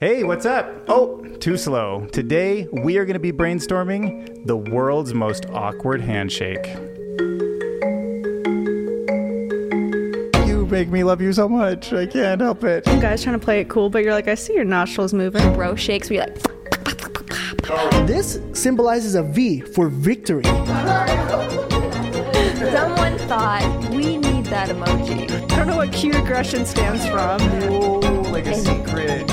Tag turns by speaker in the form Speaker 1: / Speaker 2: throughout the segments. Speaker 1: Hey, what's up? Oh, too slow. Today, we are going to be brainstorming the world's most awkward handshake. You make me love you so much. I can't help it.
Speaker 2: You guys trying to play it cool, but you're like, I see your nostrils moving.
Speaker 3: bro shakes. We like
Speaker 4: This symbolizes a V for victory.
Speaker 3: someone thought we need that emoji.
Speaker 2: I don't know what cute aggression stands from.
Speaker 1: Oh, like a secret.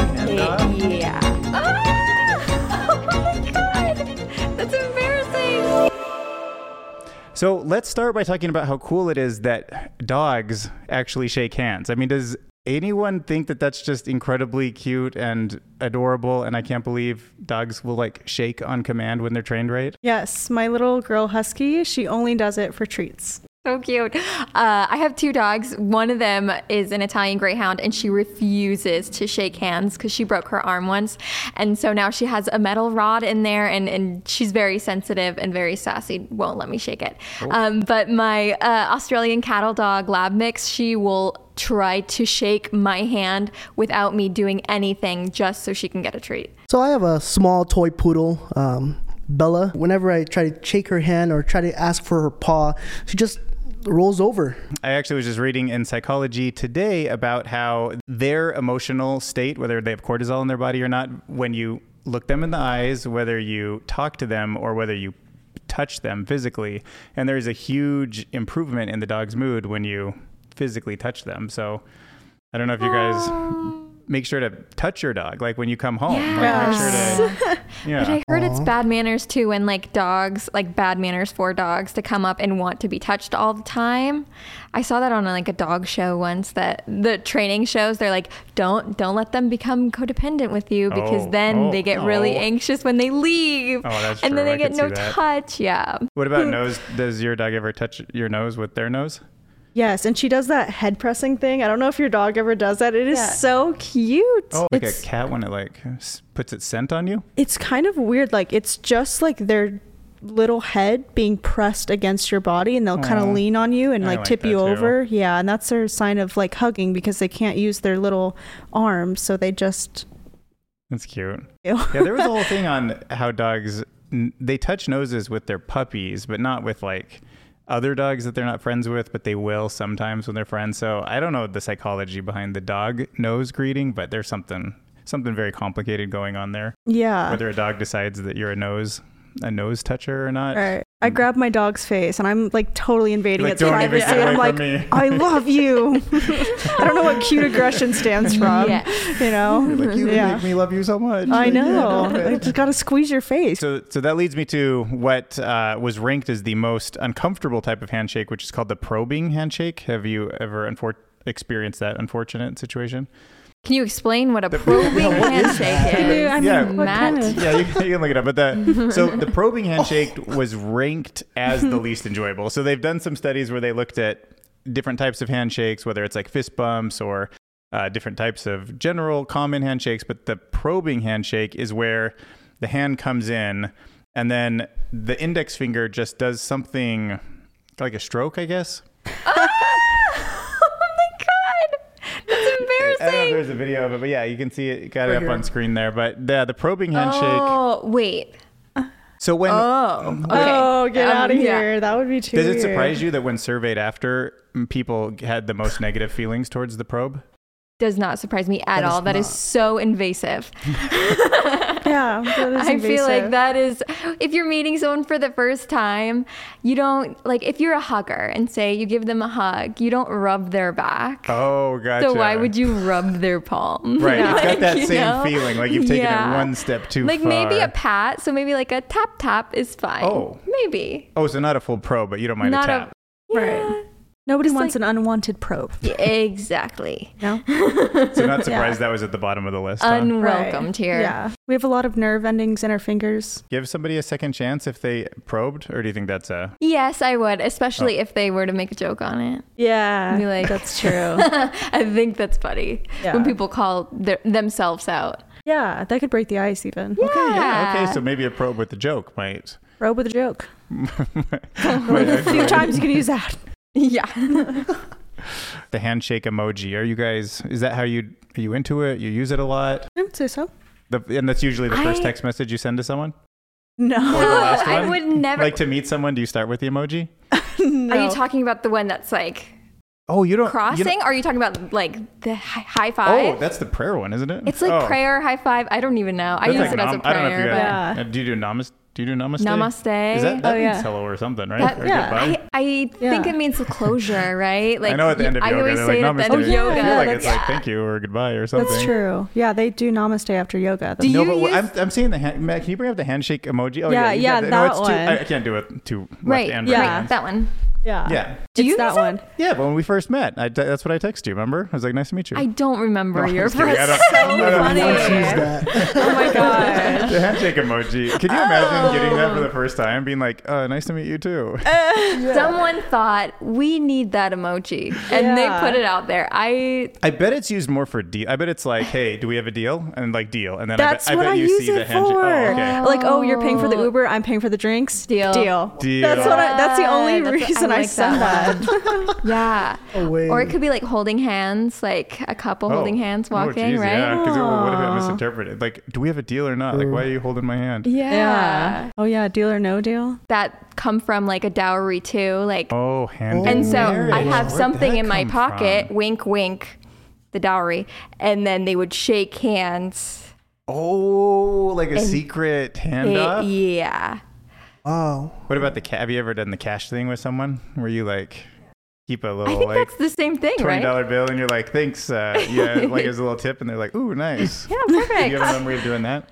Speaker 3: yeah. Ah! Oh my god, that's embarrassing.
Speaker 1: So let's start by talking about how cool it is that dogs actually shake hands. I mean, does anyone think that that's just incredibly cute and adorable? And I can't believe dogs will like shake on command when they're trained right.
Speaker 2: Yes, my little girl husky, she only does it for treats.
Speaker 3: So cute. Uh, I have two dogs. One of them is an Italian Greyhound, and she refuses to shake hands because she broke her arm once, and so now she has a metal rod in there, and, and she's very sensitive and very sassy. Won't let me shake it. Um, but my uh, Australian cattle dog Lab Mix, she will try to shake my hand without me doing anything, just so she can get a treat.
Speaker 4: So I have a small toy poodle, um, Bella. Whenever I try to shake her hand or try to ask for her paw, she just rolls over.
Speaker 1: I actually was just reading in psychology today about how their emotional state, whether they have cortisol in their body or not, when you look them in the eyes, whether you talk to them or whether you touch them physically, and there is a huge improvement in the dog's mood when you physically touch them. So I don't know if you guys make sure to touch your dog, like when you come home. Like make sure to, yeah.
Speaker 3: But I heard it's bad manners too when like dogs, like bad manners for dogs to come up and want to be touched all the time. I saw that on like a dog show once that the training shows they're like don't don't let them become codependent with you because
Speaker 1: Oh,
Speaker 3: then
Speaker 1: oh,
Speaker 3: they get really
Speaker 1: oh.
Speaker 3: anxious when they leave.
Speaker 1: Oh, that's
Speaker 3: and
Speaker 1: true.
Speaker 3: then they
Speaker 1: I
Speaker 3: get
Speaker 1: could
Speaker 3: no
Speaker 1: see that.
Speaker 3: touch. Yeah.
Speaker 1: What about nose? Does your dog ever touch your nose with their nose?
Speaker 2: Yes, and she does that head pressing thing. I don't know if your dog ever does that. It is so cute.
Speaker 1: Oh, like
Speaker 2: it's,
Speaker 1: a cat when it like s- puts its scent on you?
Speaker 2: it's kind of weird. Like it's just like their little head being pressed against your body and they'll kind
Speaker 1: Aw.
Speaker 2: of lean on you and
Speaker 1: I
Speaker 2: like
Speaker 1: like
Speaker 2: tip
Speaker 1: that
Speaker 2: you
Speaker 1: too.
Speaker 2: over. Yeah, and that's their sign of like hugging because they can't use their little arms, so they just
Speaker 1: That's cute. Yeah, there was a whole thing on how dogs n- they touch noses with their puppies, but not with like other dogs that they're not friends with, but they will sometimes when they're friends. So I don't know the psychology behind the dog nose greeting, but there's something something very complicated going on there.
Speaker 2: Yeah.
Speaker 1: Whether a dog decides that you're a nose a nose toucher or not.
Speaker 2: Right. I grab my dog's face and I'm like totally invading
Speaker 1: Like,
Speaker 2: its
Speaker 1: "Don't give
Speaker 2: privacy.
Speaker 1: this away
Speaker 2: I'm
Speaker 1: from
Speaker 2: like,
Speaker 1: me."
Speaker 2: I love you. I don't know what cute aggression stands from.
Speaker 3: Yeah.
Speaker 2: You know?
Speaker 1: Like you
Speaker 2: Yeah.
Speaker 1: make me love you so much.
Speaker 2: I know. I just gotta squeeze your face.
Speaker 1: So, so that leads me to what uh, was ranked as the most uncomfortable type of handshake, which is called the probing handshake. Have you ever unfor- experienced that unfortunate situation?
Speaker 3: Can you explain what a probing handshake
Speaker 2: Can you- I
Speaker 3: is?
Speaker 2: mean,
Speaker 1: Yeah.
Speaker 2: what
Speaker 3: Matt.
Speaker 2: kind of-
Speaker 1: yeah, you, you can look it up. But the so the probing handshake was ranked as the least enjoyable. So they've done some studies where they looked at different types of handshakes, whether it's like fist bumps or uh, different types of general common handshakes. But the probing handshake is where the hand comes in and then the index finger just does something like a stroke, I guess.
Speaker 3: oh my god. That's
Speaker 1: I don't know if
Speaker 3: embarrassing.
Speaker 1: there's a video of it, but yeah, you can see it got it up
Speaker 4: here.
Speaker 1: on screen there. But yeah, the probing handshake.
Speaker 3: Oh, wait.
Speaker 1: So when
Speaker 3: Oh. Okay.
Speaker 2: Oh, get
Speaker 3: Um,
Speaker 2: out of
Speaker 3: yeah.
Speaker 2: here. That would be too
Speaker 1: Does it
Speaker 2: weird.
Speaker 1: surprise you that when surveyed after, m- people had the most negative feelings towards the probe?
Speaker 3: does not surprise me at
Speaker 4: is
Speaker 3: all. That is
Speaker 4: not-
Speaker 3: so invasive.
Speaker 2: Yeah. that is
Speaker 3: I feel like
Speaker 2: invasive.
Speaker 3: that is if you're meeting someone for the first time, you don't like if you're a hugger and say you give them a hug, you don't rub their back.
Speaker 1: Oh, gotcha.
Speaker 3: so why would you rub their palm?
Speaker 1: Right, it's got
Speaker 3: Like,
Speaker 1: that
Speaker 3: you
Speaker 1: same feeling, like you've taken it one step too
Speaker 3: like maybe
Speaker 1: far.
Speaker 3: a pat, so maybe like a tap tap is fine.
Speaker 1: Oh.
Speaker 3: maybe
Speaker 1: Oh, so not a full probe, but you don't mind
Speaker 3: Not
Speaker 1: a
Speaker 3: a-
Speaker 1: tap.
Speaker 2: Right. Nobody
Speaker 3: Just
Speaker 2: wants
Speaker 3: like-
Speaker 2: an unwanted probe.
Speaker 3: Yeah, exactly.
Speaker 2: No?
Speaker 1: so not surprised that was at the bottom of the list. huh?
Speaker 3: Unwelcomed
Speaker 2: Right.
Speaker 3: here.
Speaker 2: Yeah. We have a lot of nerve endings in our fingers.
Speaker 1: Give somebody a second chance if they probed, or do you think that's a?
Speaker 3: Yes, I would, especially if they were to make a joke on it.
Speaker 2: Yeah.
Speaker 3: Be like-
Speaker 2: that's true.
Speaker 3: I think that's funny
Speaker 2: Yeah.
Speaker 3: when people call their, themselves out.
Speaker 2: yeah. That could break the ice even.
Speaker 3: Okay, yeah.
Speaker 1: Okay, so maybe a probe with a joke might.
Speaker 2: Robe with a joke.
Speaker 1: might
Speaker 2: A few
Speaker 1: actually-
Speaker 2: times you can use that.
Speaker 3: yeah.
Speaker 1: The handshake emoji. Are you guys? Is that how you are you into it? You use it a lot.
Speaker 2: I would say so.
Speaker 1: The, and that's usually the first
Speaker 3: I-
Speaker 1: text message you send to someone.
Speaker 2: No.
Speaker 1: the last
Speaker 3: I
Speaker 1: one?
Speaker 3: would never.
Speaker 1: Like to meet someone, do you start with the emoji?
Speaker 2: no.
Speaker 3: Are you talking about the one that's like
Speaker 1: Oh, you don't you don't-
Speaker 3: crossing? Are you talking about like the hi- high
Speaker 1: oh,
Speaker 3: five?
Speaker 1: that's the prayer one, isn't it?
Speaker 3: it's like
Speaker 1: Oh.
Speaker 3: prayer, high five. I don't even know. I
Speaker 1: That's
Speaker 3: use
Speaker 1: like
Speaker 3: it as a
Speaker 1: nam-
Speaker 3: prayer.
Speaker 1: I don't know if you
Speaker 3: but-
Speaker 1: guys. uh, Do you do namaste? Do you do namaste?
Speaker 3: Namaste.
Speaker 1: Is that, that
Speaker 2: Oh,
Speaker 1: means
Speaker 2: yeah.
Speaker 1: hello or something, right?
Speaker 3: That-
Speaker 1: Or
Speaker 2: yeah.
Speaker 1: goodbye?
Speaker 3: I, I think
Speaker 2: Yeah.
Speaker 3: it means closure, right? Like
Speaker 1: know at the end of
Speaker 3: I
Speaker 1: yoga,
Speaker 3: always
Speaker 1: they're like,
Speaker 3: say it at the end
Speaker 1: namaste.
Speaker 3: of yoga.
Speaker 1: I feel like
Speaker 2: Yeah,
Speaker 1: it's like thank you or goodbye or something.
Speaker 2: That's true. Yeah, they do namaste after yoga.
Speaker 3: Do
Speaker 1: No,
Speaker 3: you
Speaker 1: but wh-
Speaker 3: use-
Speaker 1: I'm, I'm seeing the hand. Matt, can you bring up the handshake emoji? Oh,
Speaker 2: Yeah,
Speaker 1: you
Speaker 2: yeah,
Speaker 1: got No,
Speaker 2: that
Speaker 1: it's
Speaker 2: one.
Speaker 1: Too, I, I can't do it too left
Speaker 3: right.
Speaker 1: and
Speaker 2: yeah.
Speaker 1: right.
Speaker 3: right,
Speaker 1: hands.
Speaker 3: that one.
Speaker 2: yeah.
Speaker 1: Yeah.
Speaker 3: Do
Speaker 2: it's
Speaker 3: you
Speaker 2: that
Speaker 3: use it?
Speaker 2: one.
Speaker 1: Yeah, but when we first met, I, that's what I texted you, remember? I was like, nice to meet you.
Speaker 3: I don't remember
Speaker 1: I'm
Speaker 3: your
Speaker 1: just kidding. I
Speaker 3: first.
Speaker 1: don't- I don't-
Speaker 3: funny.
Speaker 4: Let's use that.
Speaker 2: Oh my gosh.
Speaker 1: the handshake emoji. Could you imagine getting that for
Speaker 3: Oh.
Speaker 1: the first time, being like, uh, nice to meet you too?
Speaker 3: Eh. Someone thought we need that emoji, and
Speaker 2: Yeah.
Speaker 3: they put it out there. I
Speaker 1: I bet it's used more for deal. I bet it's like, hey, do we have a deal? And like, deal. And then
Speaker 2: That's
Speaker 1: I bet,
Speaker 2: what
Speaker 1: I bet
Speaker 2: I,
Speaker 1: you
Speaker 2: use
Speaker 1: see the
Speaker 2: it for.
Speaker 1: handshake. Oh, okay.
Speaker 2: Like, oh, you're paying for the Uber, I'm paying for the drinks.
Speaker 3: Deal.
Speaker 2: Deal.
Speaker 1: Deal.
Speaker 2: That's what I, that's the
Speaker 3: Yeah,
Speaker 2: only
Speaker 3: that's- I
Speaker 2: reason I,
Speaker 3: like
Speaker 2: said that.
Speaker 3: that yeah.
Speaker 4: Oh, wait.
Speaker 3: Or it could be like holding hands, like a couple
Speaker 1: Oh.
Speaker 3: holding hands
Speaker 1: Oh,
Speaker 3: walking,
Speaker 1: geez, Yeah,
Speaker 3: right?
Speaker 1: 'cause it- what if I misinterpreted? Like, do we have a deal or not? Like, why are you holding my hand?
Speaker 3: Yeah.
Speaker 2: yeah. Oh yeah, deal or no deal.
Speaker 3: That come from like a dowry too, like
Speaker 1: Oh, hand.
Speaker 3: And
Speaker 1: in
Speaker 3: so I
Speaker 1: marriage.
Speaker 3: have
Speaker 1: Where'd
Speaker 3: something
Speaker 1: that
Speaker 3: in my
Speaker 1: come
Speaker 3: pocket,
Speaker 1: from?
Speaker 3: wink, wink, the dowry. And then they would shake hands.
Speaker 1: Oh, like a secret handoff.
Speaker 3: It- yeah.
Speaker 4: Wow.
Speaker 1: What about the ca- have you ever done the cash thing with someone where you like keep a
Speaker 3: I
Speaker 1: little
Speaker 3: think
Speaker 1: like
Speaker 3: that's the same thing,
Speaker 1: twenty
Speaker 3: right?
Speaker 1: dollar bill and you're like thanks uh, yeah like as a little tip and they're like ooh nice.
Speaker 3: Yeah,
Speaker 1: Do you have a
Speaker 3: perfect.
Speaker 1: memory of doing that?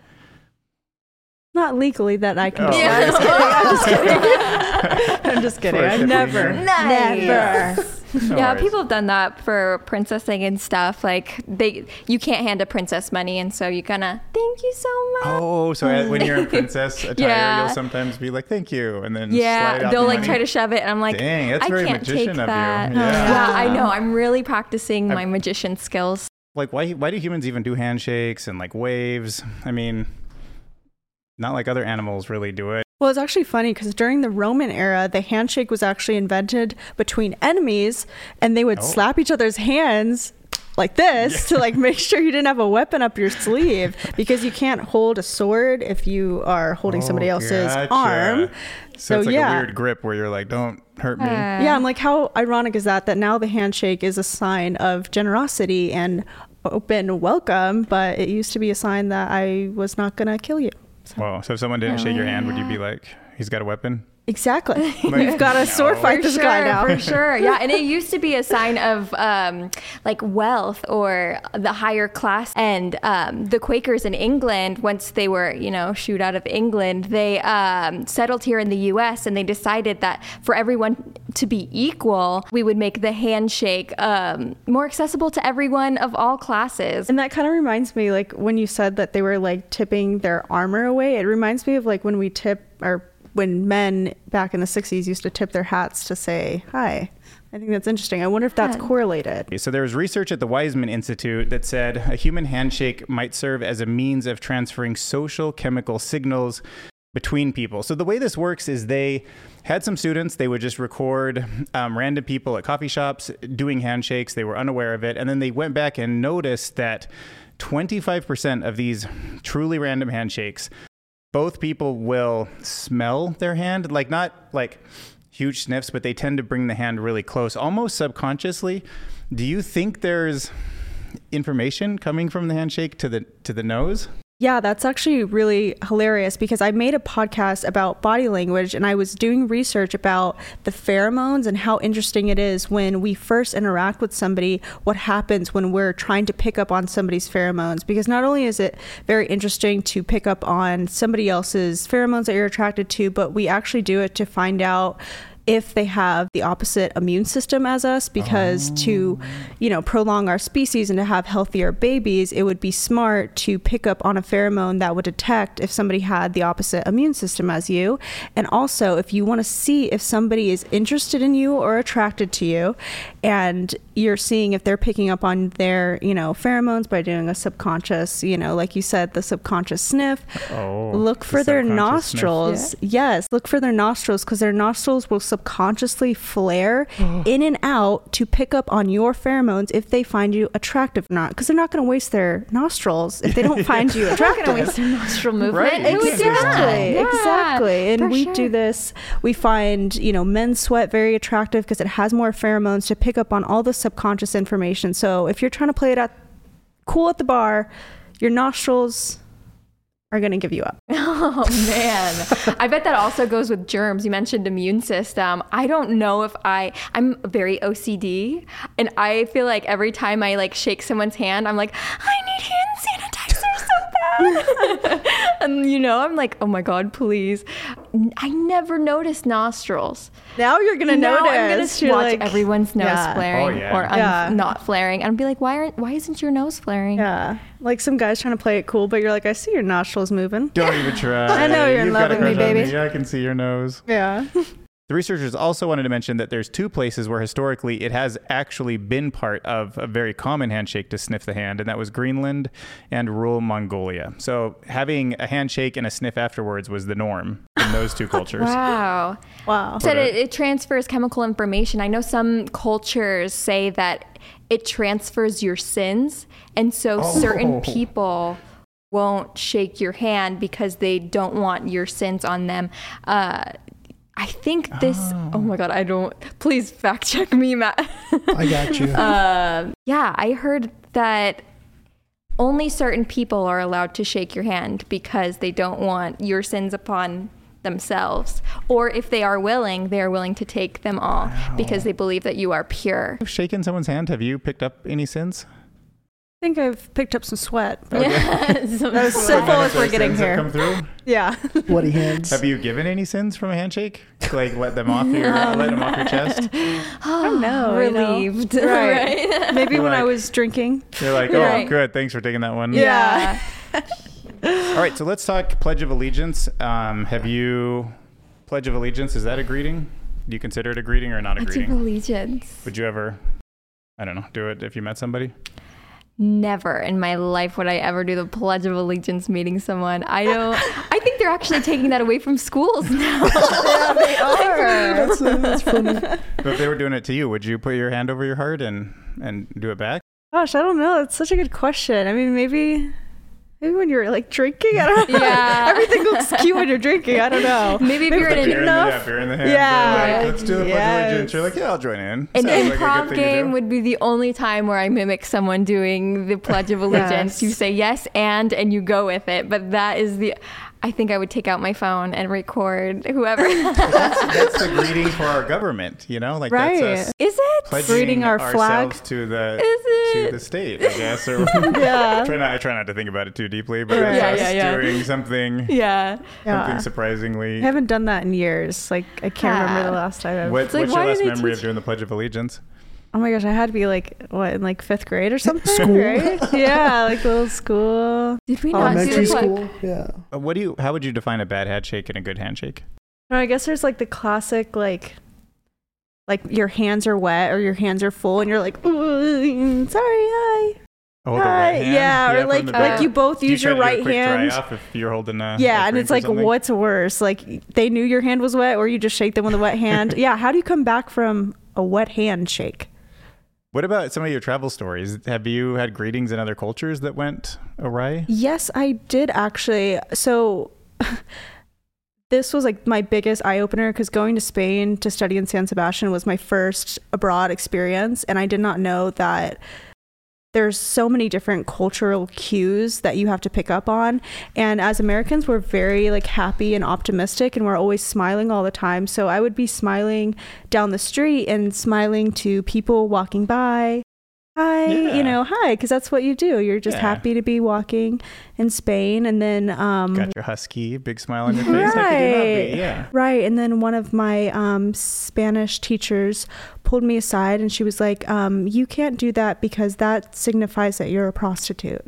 Speaker 2: Not legally that I can.
Speaker 1: Oh.
Speaker 2: do.
Speaker 3: Yeah.
Speaker 2: I'm just kidding.
Speaker 1: First, if
Speaker 2: I've
Speaker 1: we
Speaker 2: never.
Speaker 1: hear-
Speaker 3: Nice.
Speaker 2: Never.
Speaker 1: No
Speaker 3: yeah,
Speaker 1: worries.
Speaker 3: people have done that for princessing and stuff. Like they, you can't hand a princess money, and so you kinda thank you so much.
Speaker 1: Oh, so I- when you're in princess attire,
Speaker 3: Yeah.
Speaker 1: you'll sometimes be like thank you and then slide
Speaker 3: Yeah,
Speaker 1: out
Speaker 3: they'll
Speaker 1: the
Speaker 3: like
Speaker 1: money.
Speaker 3: try to shove it, and I'm like,
Speaker 1: Dang, that's
Speaker 3: I
Speaker 1: very
Speaker 3: can't
Speaker 1: magician
Speaker 3: take
Speaker 1: of you.
Speaker 3: that. Oh,
Speaker 1: Yeah.
Speaker 3: I know. I'm really practicing my magician skills.
Speaker 1: like why why do humans even do handshakes and like waves? I mean, not like other animals really do it.
Speaker 2: Well, it's actually funny because during the Roman era, the handshake was actually invented between enemies, and they would
Speaker 1: Oh.
Speaker 2: slap each other's hands like this to like make sure you didn't have a weapon up your sleeve because you can't hold a sword if you are holding somebody
Speaker 1: Oh,
Speaker 2: else's
Speaker 1: gotcha.
Speaker 2: arm.
Speaker 1: So, it's
Speaker 2: So,
Speaker 1: like a
Speaker 2: yeah.
Speaker 1: weird grip where you're like, don't hurt me.
Speaker 3: Uh,
Speaker 2: Yeah, I'm like, how ironic is that? That now the handshake is a sign of generosity and open welcome, but it used to be a sign that I was not gonna kill you.
Speaker 1: Whoa. So if someone didn't shake your hand, would you be like, he's got a weapon?
Speaker 2: Exactly.
Speaker 1: Like,
Speaker 2: You've got to sword
Speaker 1: no.
Speaker 2: fight this
Speaker 3: sure,
Speaker 2: guy now.
Speaker 3: For sure. Yeah. And it used to be a sign of um, like wealth or the higher class. And um, the Quakers in England, once they were, you know, shoot out of England, they um, settled here in the US and they decided that for everyone to be equal, we would make the handshake um, more accessible to everyone of all classes.
Speaker 2: And that kind of reminds me, like when you said that they were like tipping their armor away, it reminds me of like when we tip or when men back in the 60s used to tip their hats to say hi. I think that's interesting. I wonder if that's correlated.
Speaker 1: So there was research at the Weizmann Institute that said a human handshake might serve as a means of transferring social chemical signals between people. So the way this works is they had some students, they would just record um, random people at coffee shops doing handshakes. They were unaware of it. And then they went back and noticed that 25% of these truly random handshakes both people will smell their hand, like not like huge sniffs, but they tend to bring the hand really close, almost subconsciously. Do you think there's information coming from the handshake to the to the nose?
Speaker 2: Yeah, that's actually really hilarious because I made a podcast about body language and I was doing research about the pheromones and how interesting it is when we first interact with somebody, what happens when we're trying to pick up on somebody's pheromones. Because not only is it very interesting to pick up on somebody else's pheromones that you're attracted to, but we actually do it to find out if they have the opposite immune system as us because to you know prolong our species and to have healthier babies it would be smart to pick up on a pheromone that would detect if somebody had the opposite immune system as you and also if you want to see if somebody is interested in you or attracted to you and you're seeing if they're picking up on their you know pheromones by doing a subconscious you know like you said the subconscious sniff
Speaker 1: Oh,
Speaker 2: look
Speaker 1: the
Speaker 2: for their
Speaker 1: subconscious sniff.
Speaker 2: nostrils Yes, look for their nostrils because their nostrils will subconsciously flare in and out to pick up on your pheromones if they find you attractive or not. Because they're not going to waste their nostrils if they don't find you
Speaker 3: We're not
Speaker 2: attractive.
Speaker 3: going to waste our nostril movement.
Speaker 1: Right,
Speaker 3: Who would do that?
Speaker 2: Exactly.
Speaker 3: Yeah,
Speaker 2: exactly. And
Speaker 3: for
Speaker 2: we
Speaker 3: sure.
Speaker 2: do this. We find, you know, men's sweat very attractive because it has more pheromones to pick up on all the subconscious information. So if you're trying to play it out cool at the bar, your nostrils are going to give you up.
Speaker 3: Oh man, I bet that also goes with germs. You mentioned immune system. I don't know if I I'm very OCD, and I feel like every time I like shake someone's hand, I'm like I need hand sanitizer so bad. and you know, I'm like, oh my god, please. N- I never noticed nostrils.
Speaker 2: Now you're going to
Speaker 3: now
Speaker 2: notice.
Speaker 3: I'm gonna watch
Speaker 2: You're like-
Speaker 3: everyone's nose
Speaker 2: Yeah.
Speaker 3: flaring
Speaker 1: Oh, yeah.
Speaker 3: or un-
Speaker 2: Yeah.
Speaker 3: not flaring, and I'd be like, why aren't why isn't your nose flaring?
Speaker 2: Yeah. Like some guys trying to play it cool, but you're like, I see your nostrils moving.
Speaker 1: Don't even try.
Speaker 2: I know you're in
Speaker 1: You've
Speaker 2: love
Speaker 1: got a
Speaker 2: with me,
Speaker 1: crush on
Speaker 2: baby.
Speaker 1: Yeah, I can see your nose.
Speaker 2: Yeah.
Speaker 1: The researchers also wanted to mention that there's two places where historically it has actually been part of a very common handshake to sniff the hand, and that was Greenland and rural Mongolia. So having a handshake and a sniff afterwards was the norm in those two cultures.
Speaker 3: Wow.
Speaker 2: Wow.
Speaker 3: said
Speaker 1: But it-
Speaker 3: it, it transfers chemical information. I know some cultures say that it transfers your sins, and so
Speaker 1: Oh.
Speaker 3: certain people won't shake your hand because they don't want your sins on them. Uh, I think this. Oh. my god! I don't. Please fact check me, Matt.
Speaker 4: I got you.
Speaker 3: yeah, I heard that only certain people are allowed to shake your hand because they don't want your sins upon themselves. Or if they are willing, they are willing to take them all because they believe that you are pure.
Speaker 1: Have shaken someone's hand? Have you picked up any sins?
Speaker 2: I think I've picked up some sweat. but-
Speaker 3: that
Speaker 2: was so- far as we're getting
Speaker 1: Sins have
Speaker 2: here.
Speaker 1: Come through?
Speaker 2: yeah.
Speaker 4: Bloody hands.
Speaker 1: Have you given any sins from a handshake? Like let them off your let them off your chest?
Speaker 2: I don't know. Oh, you know?
Speaker 3: relieved.
Speaker 2: Right. Maybe when I
Speaker 1: Like-
Speaker 2: was drinking.
Speaker 1: You're like, oh,
Speaker 3: Right.
Speaker 1: good, thanks for taking that one.
Speaker 2: Yeah.
Speaker 1: All right, so let's talk Pledge of Allegiance. Um, have you Pledge of Allegiance? Is that a greeting? Do you consider it a greeting or not a
Speaker 3: Pledge of
Speaker 1: greeting?
Speaker 3: allegiance.
Speaker 1: Would you ever, I don't know, do it if you met somebody?
Speaker 3: Never in my life would I ever do the Pledge of Allegiance meeting someone. I don't I think they're actually taking that away from schools now. yeah, they are.
Speaker 4: That's, uh, that's funny.
Speaker 1: But if they were doing it to you, would you put your hand over your heart and and do it back?
Speaker 2: Gosh, I don't know. That's such a good question. I mean, maybe maybe when you're like drinking, I don't know.
Speaker 3: Yeah.
Speaker 2: Everything looks cute when you're drinking. I don't know.
Speaker 3: Maybe if you're in
Speaker 1: Beer in
Speaker 3: an
Speaker 1: the- Yeah,
Speaker 2: enough.
Speaker 1: beer in the hand.
Speaker 2: Yeah.
Speaker 1: They're like, Let's do the Pledge of
Speaker 2: Yes.
Speaker 1: Allegiance. You're like, yeah, I'll join in.
Speaker 3: An
Speaker 1: Sounds like a good
Speaker 3: improv
Speaker 1: thing to do.
Speaker 3: game would be the only time where I mimic someone doing the Pledge of Allegiance.
Speaker 2: Yes.
Speaker 3: You say yes and, and you go with it. But that is the. I think I would take out my phone and record whoever. is
Speaker 1: That's the greeting for our government, you know? Like,
Speaker 2: Right.
Speaker 1: that's us
Speaker 3: it?
Speaker 1: pledging
Speaker 2: Reading our flag.
Speaker 1: ourselves to the,
Speaker 3: Is
Speaker 1: to the state, I guess. Or I
Speaker 2: Yeah.
Speaker 1: try not, I try not to think about it too deeply, but
Speaker 2: Right.
Speaker 1: it's
Speaker 2: Yeah,
Speaker 1: us
Speaker 3: yeah, yeah.
Speaker 1: doing something,
Speaker 3: Yeah.
Speaker 2: Yeah.
Speaker 1: something surprisingly.
Speaker 2: I haven't done that in years. Like I can't remember the last time. I've,
Speaker 1: What,
Speaker 3: like,
Speaker 1: what's
Speaker 3: why
Speaker 1: your last
Speaker 3: do they
Speaker 1: memory of
Speaker 3: teach-
Speaker 1: doing the Pledge of Allegiance?
Speaker 2: oh my gosh, I had to be like what in like fifth grade or something, right? Yeah, like little school.
Speaker 3: Did we not do
Speaker 4: Elementary
Speaker 3: this?
Speaker 4: school. Yeah.
Speaker 1: Uh, What do you? How would you define a bad handshake and a good handshake?
Speaker 2: No, I guess there's like the classic like like your hands are wet or your hands are full and you're like "Ooh, sorry hi
Speaker 1: Oh,
Speaker 2: hi yeah, or
Speaker 1: from
Speaker 2: like
Speaker 1: the
Speaker 2: like
Speaker 1: back.
Speaker 2: you both
Speaker 1: Do you
Speaker 2: use
Speaker 1: try
Speaker 2: your
Speaker 1: to do a
Speaker 2: right
Speaker 1: quick
Speaker 2: hand
Speaker 1: Dry off if you're holding a
Speaker 2: Yeah,
Speaker 1: a
Speaker 2: and
Speaker 1: drink
Speaker 2: it's
Speaker 1: or
Speaker 2: like,
Speaker 1: something?
Speaker 2: what's worse? Like they knew your hand was wet, or you just shake them with a wet hand. yeah, how do you come back from a wet handshake?
Speaker 1: What about some of your travel stories? Have you had greetings in other cultures that went awry?
Speaker 2: Yes, I did actually. So this was like my biggest eye opener because going to Spain to study in San Sebastian was my first abroad experience, and I did not know that there's so many different cultural cues that you have to pick up on and as americans we're very like happy and optimistic and we're always smiling all the time so i would be smiling down the street and smiling to people walking by hi
Speaker 1: Yeah.
Speaker 2: you know hi because that's what you do you're just
Speaker 1: Yeah.
Speaker 2: happy to be walking in spain and then um,
Speaker 1: Got your husky, big smile on your face. How could you not be?
Speaker 2: Right.
Speaker 1: Yeah.
Speaker 2: Right. And then one of my um, Spanish teachers pulled me aside and she was like, um, You can't do that because that signifies that you're a prostitute.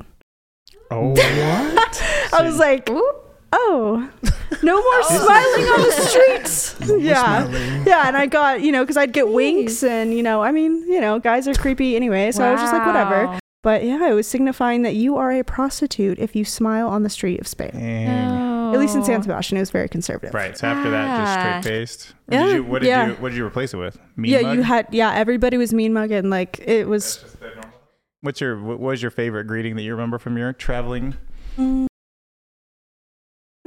Speaker 1: Oh, what?
Speaker 2: I was like,
Speaker 3: Ooh.
Speaker 2: Oh, no more smiling on the streets. yeah. Yeah. And I got, you know, because I'd get winks and, you know, I mean, you know, guys are creepy anyway. So I was just like, Whatever.
Speaker 3: Wow.
Speaker 2: But yeah, it was signifying that you are a prostitute if you smile on the street of Spain.
Speaker 1: Dang.
Speaker 3: Oh.
Speaker 2: At least in San Sebastian, it was very conservative.
Speaker 1: Right. So after that,
Speaker 3: Yeah.
Speaker 1: just straight faced.
Speaker 2: Oh. Ah. Yeah,
Speaker 1: Did you, what did
Speaker 2: yeah.
Speaker 1: you What did you replace it with? Mean
Speaker 2: yeah,
Speaker 1: mug?
Speaker 2: you had yeah, everybody was mean mugging. Like it was
Speaker 1: What's your What was your favorite greeting that you remember from your traveling?
Speaker 2: Mm,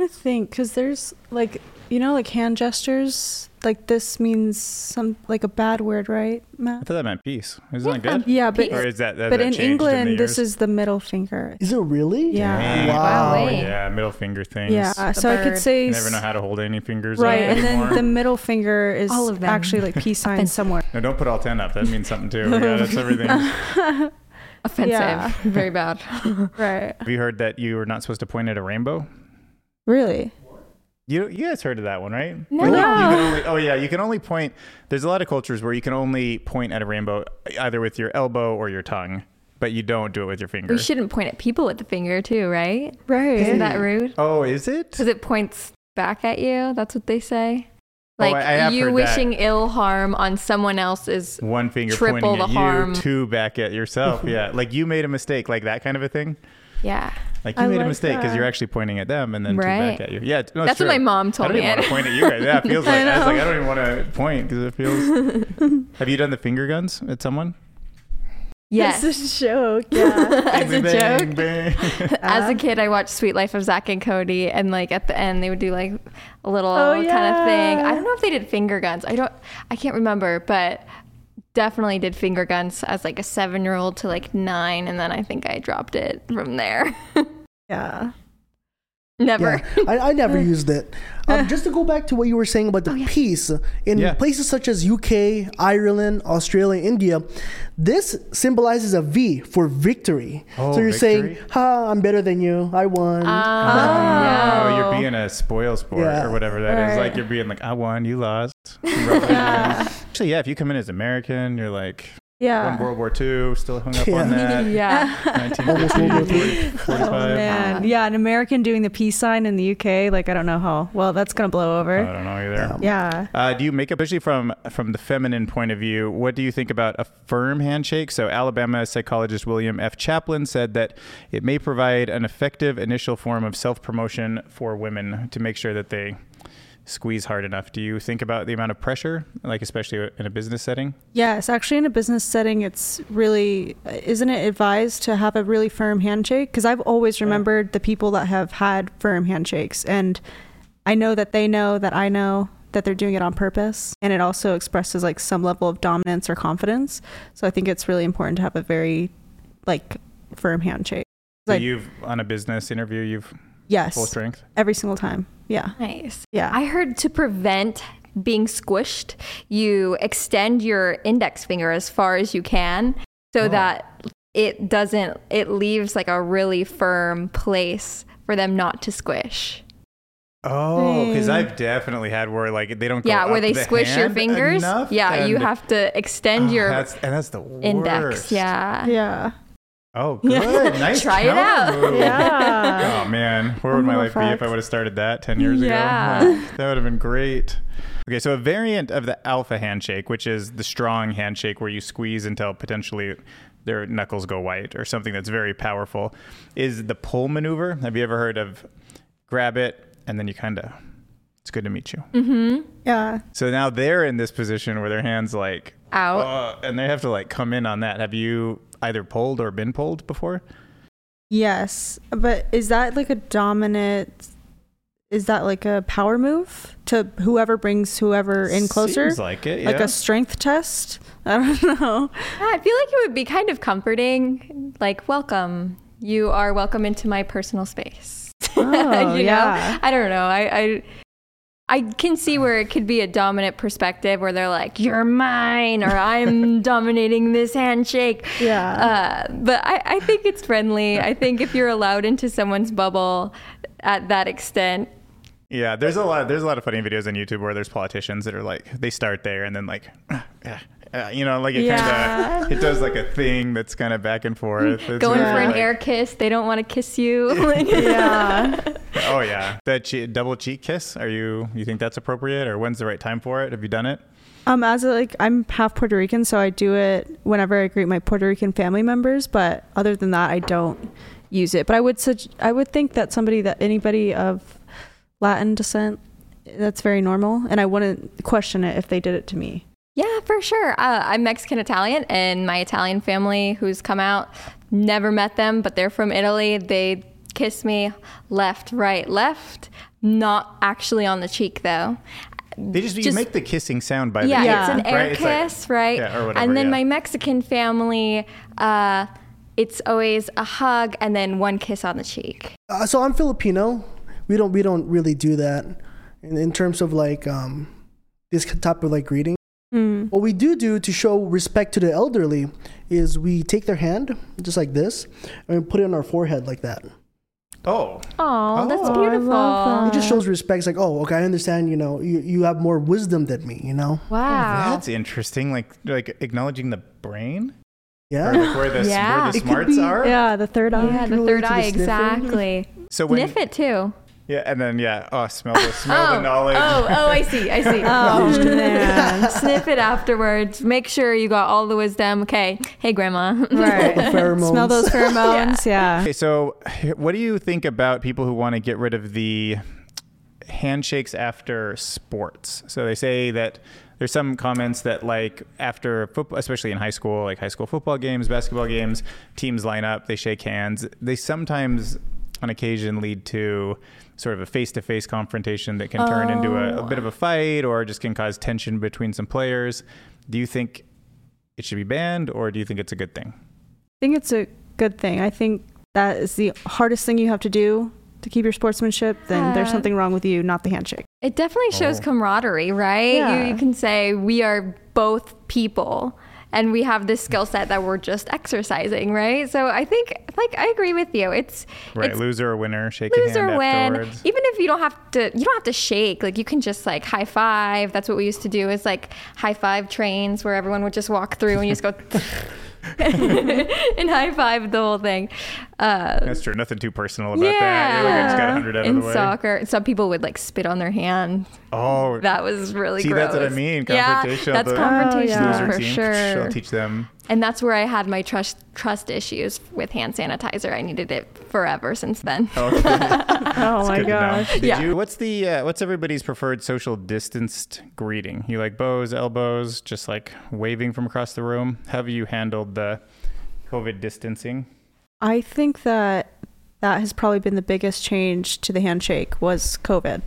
Speaker 2: I think because there's like you know like hand gestures like this means some like a bad word right
Speaker 1: I
Speaker 2: Matt?
Speaker 1: thought that meant peace. Isn't that
Speaker 3: Yeah.
Speaker 1: good?
Speaker 2: Yeah, but
Speaker 1: Or is that, that
Speaker 2: but
Speaker 1: that
Speaker 2: in
Speaker 1: changed
Speaker 2: England
Speaker 1: the
Speaker 2: this
Speaker 1: years?
Speaker 2: is the middle finger.
Speaker 4: Is it really?
Speaker 2: Yeah.
Speaker 1: Dang. Oh,
Speaker 4: Wow.
Speaker 3: Wow, wait.
Speaker 1: Yeah, middle finger things.
Speaker 2: Yeah,
Speaker 3: The
Speaker 2: so I could
Speaker 3: bird.
Speaker 2: say
Speaker 1: You never know how to hold any fingers.
Speaker 2: right,
Speaker 1: up
Speaker 2: and then
Speaker 1: anymore.
Speaker 2: the middle finger is
Speaker 3: All of them.
Speaker 2: actually like peace sign
Speaker 3: and-
Speaker 2: somewhere.
Speaker 1: No, don't put all ten up. That means something too. Yeah, that's everything. Have
Speaker 3: Offensive.
Speaker 2: Yeah.
Speaker 3: Very bad.
Speaker 2: Right,
Speaker 1: you heard that you were not supposed to point at a rainbow?
Speaker 2: really?
Speaker 1: You you guys heard of that one, right?
Speaker 3: No.
Speaker 1: Where you- you
Speaker 3: No.
Speaker 1: can only- oh yeah, you can only point. There's a lot of cultures where you can only point at a rainbow either with your elbow or your tongue, but you don't do it with your finger.
Speaker 3: You shouldn't point at people with the finger, too, right?
Speaker 2: Right.
Speaker 3: Isn't that rude?
Speaker 1: Oh, is it?
Speaker 3: Because it points back at you. That's what they say.
Speaker 1: Oh,
Speaker 3: Like
Speaker 1: I- I have
Speaker 3: you
Speaker 1: heard that.
Speaker 3: wishing ill harm on someone else is
Speaker 1: One finger
Speaker 3: Triple
Speaker 1: pointing
Speaker 3: the
Speaker 1: at
Speaker 3: harm.
Speaker 1: you, two back at yourself. Yeah, like you made a mistake, like that kind of a thing.
Speaker 3: yeah.
Speaker 1: Like you
Speaker 2: I
Speaker 1: made
Speaker 2: like
Speaker 1: a mistake because
Speaker 2: that.
Speaker 1: you're actually pointing at them and then two
Speaker 3: Right.
Speaker 1: back at you. Yeah, it's- no, it's
Speaker 3: That's what
Speaker 1: Oh, true.
Speaker 3: my mom
Speaker 1: I
Speaker 3: told
Speaker 1: don't
Speaker 3: me.
Speaker 1: even want to point at you guys. Yeah, it feels like I, was like I don't even want to point because it feels. Have you done the finger guns at someone?
Speaker 3: yes.
Speaker 2: This is a joke. Yeah.
Speaker 3: As a
Speaker 1: Bang,
Speaker 3: joke.
Speaker 1: bang.
Speaker 3: As a kid, I watched Sweet Life of Zach and Cody, and like at the end, they would do like a little
Speaker 2: Oh,
Speaker 3: kind of thing.
Speaker 2: yeah.
Speaker 3: I don't know if they did finger guns. I don't. I can't remember, but definitely did finger guns as like a seven year old to like nine, and then I think I dropped it from there.
Speaker 2: yeah.
Speaker 3: Never.
Speaker 4: Yeah, I, I never used it. Um, just to go back to what you were saying about the peace in
Speaker 1: Yeah.
Speaker 4: places such as UK, Ireland, Australia, India, this symbolizes a V for victory.
Speaker 1: Oh,
Speaker 4: so you're saying,
Speaker 1: victory.
Speaker 4: "Ha, I'm better than you. I won."
Speaker 3: Uh, Um,
Speaker 1: Oh, you're being a spoil sport
Speaker 4: Yeah.
Speaker 1: or whatever that is.
Speaker 2: Right.
Speaker 1: Like you're being like, I won, you lost. Actually, yeah, if you come in as American, you're like, won
Speaker 2: Yeah.
Speaker 1: World War II, still hung up
Speaker 4: Yeah.
Speaker 1: on that.
Speaker 3: yeah.
Speaker 1: 1950,
Speaker 2: Oh
Speaker 1: 45.
Speaker 2: man. Yeah, an American doing the peace sign in the UK. Like I don't know how. Well, that's gonna blow
Speaker 1: I
Speaker 2: over.
Speaker 1: don't know either.
Speaker 2: Yeah.
Speaker 1: Uh, do you make up, especially from from the feminine point of view? What do you think about a firm handshake? So, Alabama psychologist William F. Chaplin said that it may provide an effective initial form of self promotion for women to make sure that they squeeze hard enough. Do you think about the amount of pressure, like especially in a business setting?
Speaker 2: Yes, actually, in a business setting, it's really isn't it advised to have a really firm handshake? Because I've always remembered the people that have had firm handshakes, and I know that they know that I know that they're doing it on purpose, and it also expresses like some level of dominance or confidence. So I think it's really important to have a very like firm handshake.
Speaker 1: So
Speaker 2: Like-
Speaker 1: you've on a business interview, you've full
Speaker 2: Yes,
Speaker 1: strength.
Speaker 2: every single time. Yeah,
Speaker 3: Nice.
Speaker 2: yeah.
Speaker 3: I heard to prevent being squished, you extend your index finger as far as you can so
Speaker 1: Oh.
Speaker 3: that it doesn't, it leaves like a really firm place for them not to squish.
Speaker 1: Oh, because
Speaker 2: Mm.
Speaker 1: I've definitely had where like they don't. Go
Speaker 3: yeah, where
Speaker 1: up
Speaker 3: they
Speaker 1: the
Speaker 3: squish your
Speaker 1: hand
Speaker 3: fingers.
Speaker 1: enough,
Speaker 3: Yeah, you
Speaker 1: and-
Speaker 3: have to extend
Speaker 1: Oh,
Speaker 3: your
Speaker 1: that's, and that's the
Speaker 3: index.
Speaker 1: worst.
Speaker 3: Yeah.
Speaker 2: yeah,
Speaker 1: Oh, good.
Speaker 2: Yeah.
Speaker 1: Nice.
Speaker 3: Try it
Speaker 1: counter
Speaker 3: out.
Speaker 1: move.
Speaker 2: yeah.
Speaker 1: Oh man, where would my
Speaker 2: Humble
Speaker 1: life be if
Speaker 2: fact.
Speaker 1: I would have started that ten years
Speaker 3: Yeah.
Speaker 1: ago? Like, that would have been great. Okay, so a variant of the alpha handshake, which is the strong handshake where you squeeze until potentially their knuckles go white or something that's very powerful, is the pull maneuver. Have you ever heard of grab it and then you kind of it's good to meet you.
Speaker 3: Mm-hmm.
Speaker 2: yeah.
Speaker 1: So now they're in this position where their hands like
Speaker 3: Out.
Speaker 1: uh, and they have to like come in on that. Have you either pulled or been pulled before?
Speaker 2: Yes, but is that like a dominant? Is that like a power move to whoever brings whoever in closer?
Speaker 1: Seems like it.
Speaker 2: Like
Speaker 1: yeah.
Speaker 2: a strength test? I don't know.
Speaker 3: Yeah, I feel like it would be kind of comforting. Like, welcome. You are welcome into my personal space.
Speaker 2: Oh, yeah.
Speaker 3: know? I don't know. I, I I can see where it could be a dominant perspective where they're like, You're mine or I'm dominating this handshake.
Speaker 2: Yeah.
Speaker 3: Uh, but I, I think it's friendly. I think if you're allowed into someone's bubble at that extent,
Speaker 1: Yeah, there's a lot. There's a lot of funny videos on YouTube where there's politicians that are like they start there and then like, uh, uh, you know, like it
Speaker 2: Yeah.
Speaker 1: kind of it does like a thing that's kind of back and forth. It's
Speaker 3: going
Speaker 1: very,
Speaker 3: for an
Speaker 1: like-
Speaker 3: air kiss, they don't want to kiss you. Like-
Speaker 2: yeah.
Speaker 1: Oh yeah, that che- double cheek kiss. Are you you think that's appropriate or when's the right time for it? Have you done it?
Speaker 2: Um, as a, like I'm half Puerto Rican, so I do it whenever I greet my Puerto Rican family members. But other than that, I don't use it. But I would such I would think that somebody that anybody of Latin descent. That's very normal, and I wouldn't question it if they did it to me.
Speaker 3: Yeah, for sure. Uh, I'm Mexican Italian, and my Italian family who's come out, never met them, but they're from Italy. They kiss me left, right, left, not actually on the cheek though.
Speaker 1: They just, you
Speaker 3: Just-
Speaker 1: make the kissing sound by
Speaker 3: Yeah,
Speaker 1: the
Speaker 2: Yeah.
Speaker 3: it's an air
Speaker 1: right? It's like-
Speaker 3: kiss, right?
Speaker 1: Yeah, or whatever,
Speaker 3: and then
Speaker 1: yeah.
Speaker 3: my Mexican family, uh, it's always a hug and then one kiss on the cheek.
Speaker 4: Uh, so I'm Filipino. We don't we don't really do that in, in terms of like um, this type of like greeting. What we do do to show respect to the elderly is we take their hand just like this and we put it on our forehead like that.
Speaker 1: oh.
Speaker 3: Oh, that's
Speaker 1: Oh, I
Speaker 3: beautiful.
Speaker 2: love
Speaker 4: It just shows respect. It's like, oh, okay, I understand. You know, you, you have more wisdom than me. You know,
Speaker 3: Wow.
Speaker 1: Oh, That's interesting. Like like acknowledging the brain, or
Speaker 4: yeah.
Speaker 1: like where the
Speaker 3: Yeah.
Speaker 1: where
Speaker 3: It
Speaker 1: the
Speaker 3: could
Speaker 1: smarts are.
Speaker 2: Yeah, the third eye.
Speaker 3: yeah, the
Speaker 4: related
Speaker 3: third
Speaker 4: to the
Speaker 3: eye,
Speaker 4: sniffing.
Speaker 3: exactly.
Speaker 1: So when
Speaker 3: Sniff it too.
Speaker 1: yeah, and then yeah, oh smell the smell the knowledge.
Speaker 3: oh, oh, I see, I see.
Speaker 2: Oh man.
Speaker 3: Sniff it afterwards. Make sure you got all the wisdom. Okay. Hey, Grandma.
Speaker 4: The
Speaker 2: Right.
Speaker 4: pheromones.
Speaker 2: Smell those pheromones. yeah.
Speaker 1: Okay, so what do you think about people who want to get rid of the handshakes after sports? So they say that there's some comments that like after football, especially in high school, like high school football games, basketball games, teams line up, they shake hands. They sometimes, on occasion, lead to sort of a face-to-face confrontation that can turn into a, a bit of
Speaker 3: Oh.
Speaker 1: a fight or just can cause tension between some players. Do you think it should be banned, or do you think it's a good thing?
Speaker 2: I think it's a good thing. I think that is the hardest thing you have to do to keep your sportsmanship. Then there's
Speaker 3: Yeah.
Speaker 2: something wrong with you, not the handshake.
Speaker 3: It definitely shows
Speaker 1: Oh.
Speaker 3: camaraderie, right?
Speaker 2: Yeah.
Speaker 3: You, you can say we are both people and we have this skill set that we're just exercising, right? So I think like I agree with you. It's
Speaker 1: Right,
Speaker 3: it's
Speaker 1: loser or winner, shake
Speaker 3: lose
Speaker 1: a hand
Speaker 3: or win.
Speaker 1: afterwards.
Speaker 3: Even if you don't have to you don't have to shake. Like you can just like high five. That's what we used to do is like high five trains where everyone would just walk through and you just go and high five the whole thing. Uh
Speaker 1: That's true. Nothing too personal about that. You're like, I just got
Speaker 3: Yeah.
Speaker 1: 100 out
Speaker 3: in
Speaker 1: of the way.
Speaker 3: soccer, some people would like spit on their hand.
Speaker 1: Oh,
Speaker 3: That was really
Speaker 1: See,
Speaker 3: gross.
Speaker 1: that's what I mean,
Speaker 3: Yeah,
Speaker 1: confrontational,
Speaker 3: that's
Speaker 1: the-
Speaker 3: confrontation
Speaker 2: Oh, yeah.
Speaker 1: loser
Speaker 3: for
Speaker 1: team.
Speaker 3: sure.
Speaker 1: She'll teach them.
Speaker 3: And that's where I had my trust trust issues with hand sanitizer. I needed it forever since then.
Speaker 1: Okay. That's
Speaker 2: Oh my
Speaker 1: good to know.
Speaker 2: gosh.
Speaker 1: Did
Speaker 3: Yeah.
Speaker 1: you- what's the uh, what's everybody's preferred social distanced greeting? You like bows, elbows, just like waving from across the room. How have you handled the COVID distancing?
Speaker 2: I think that that has probably been the biggest change to the handshake was COVID.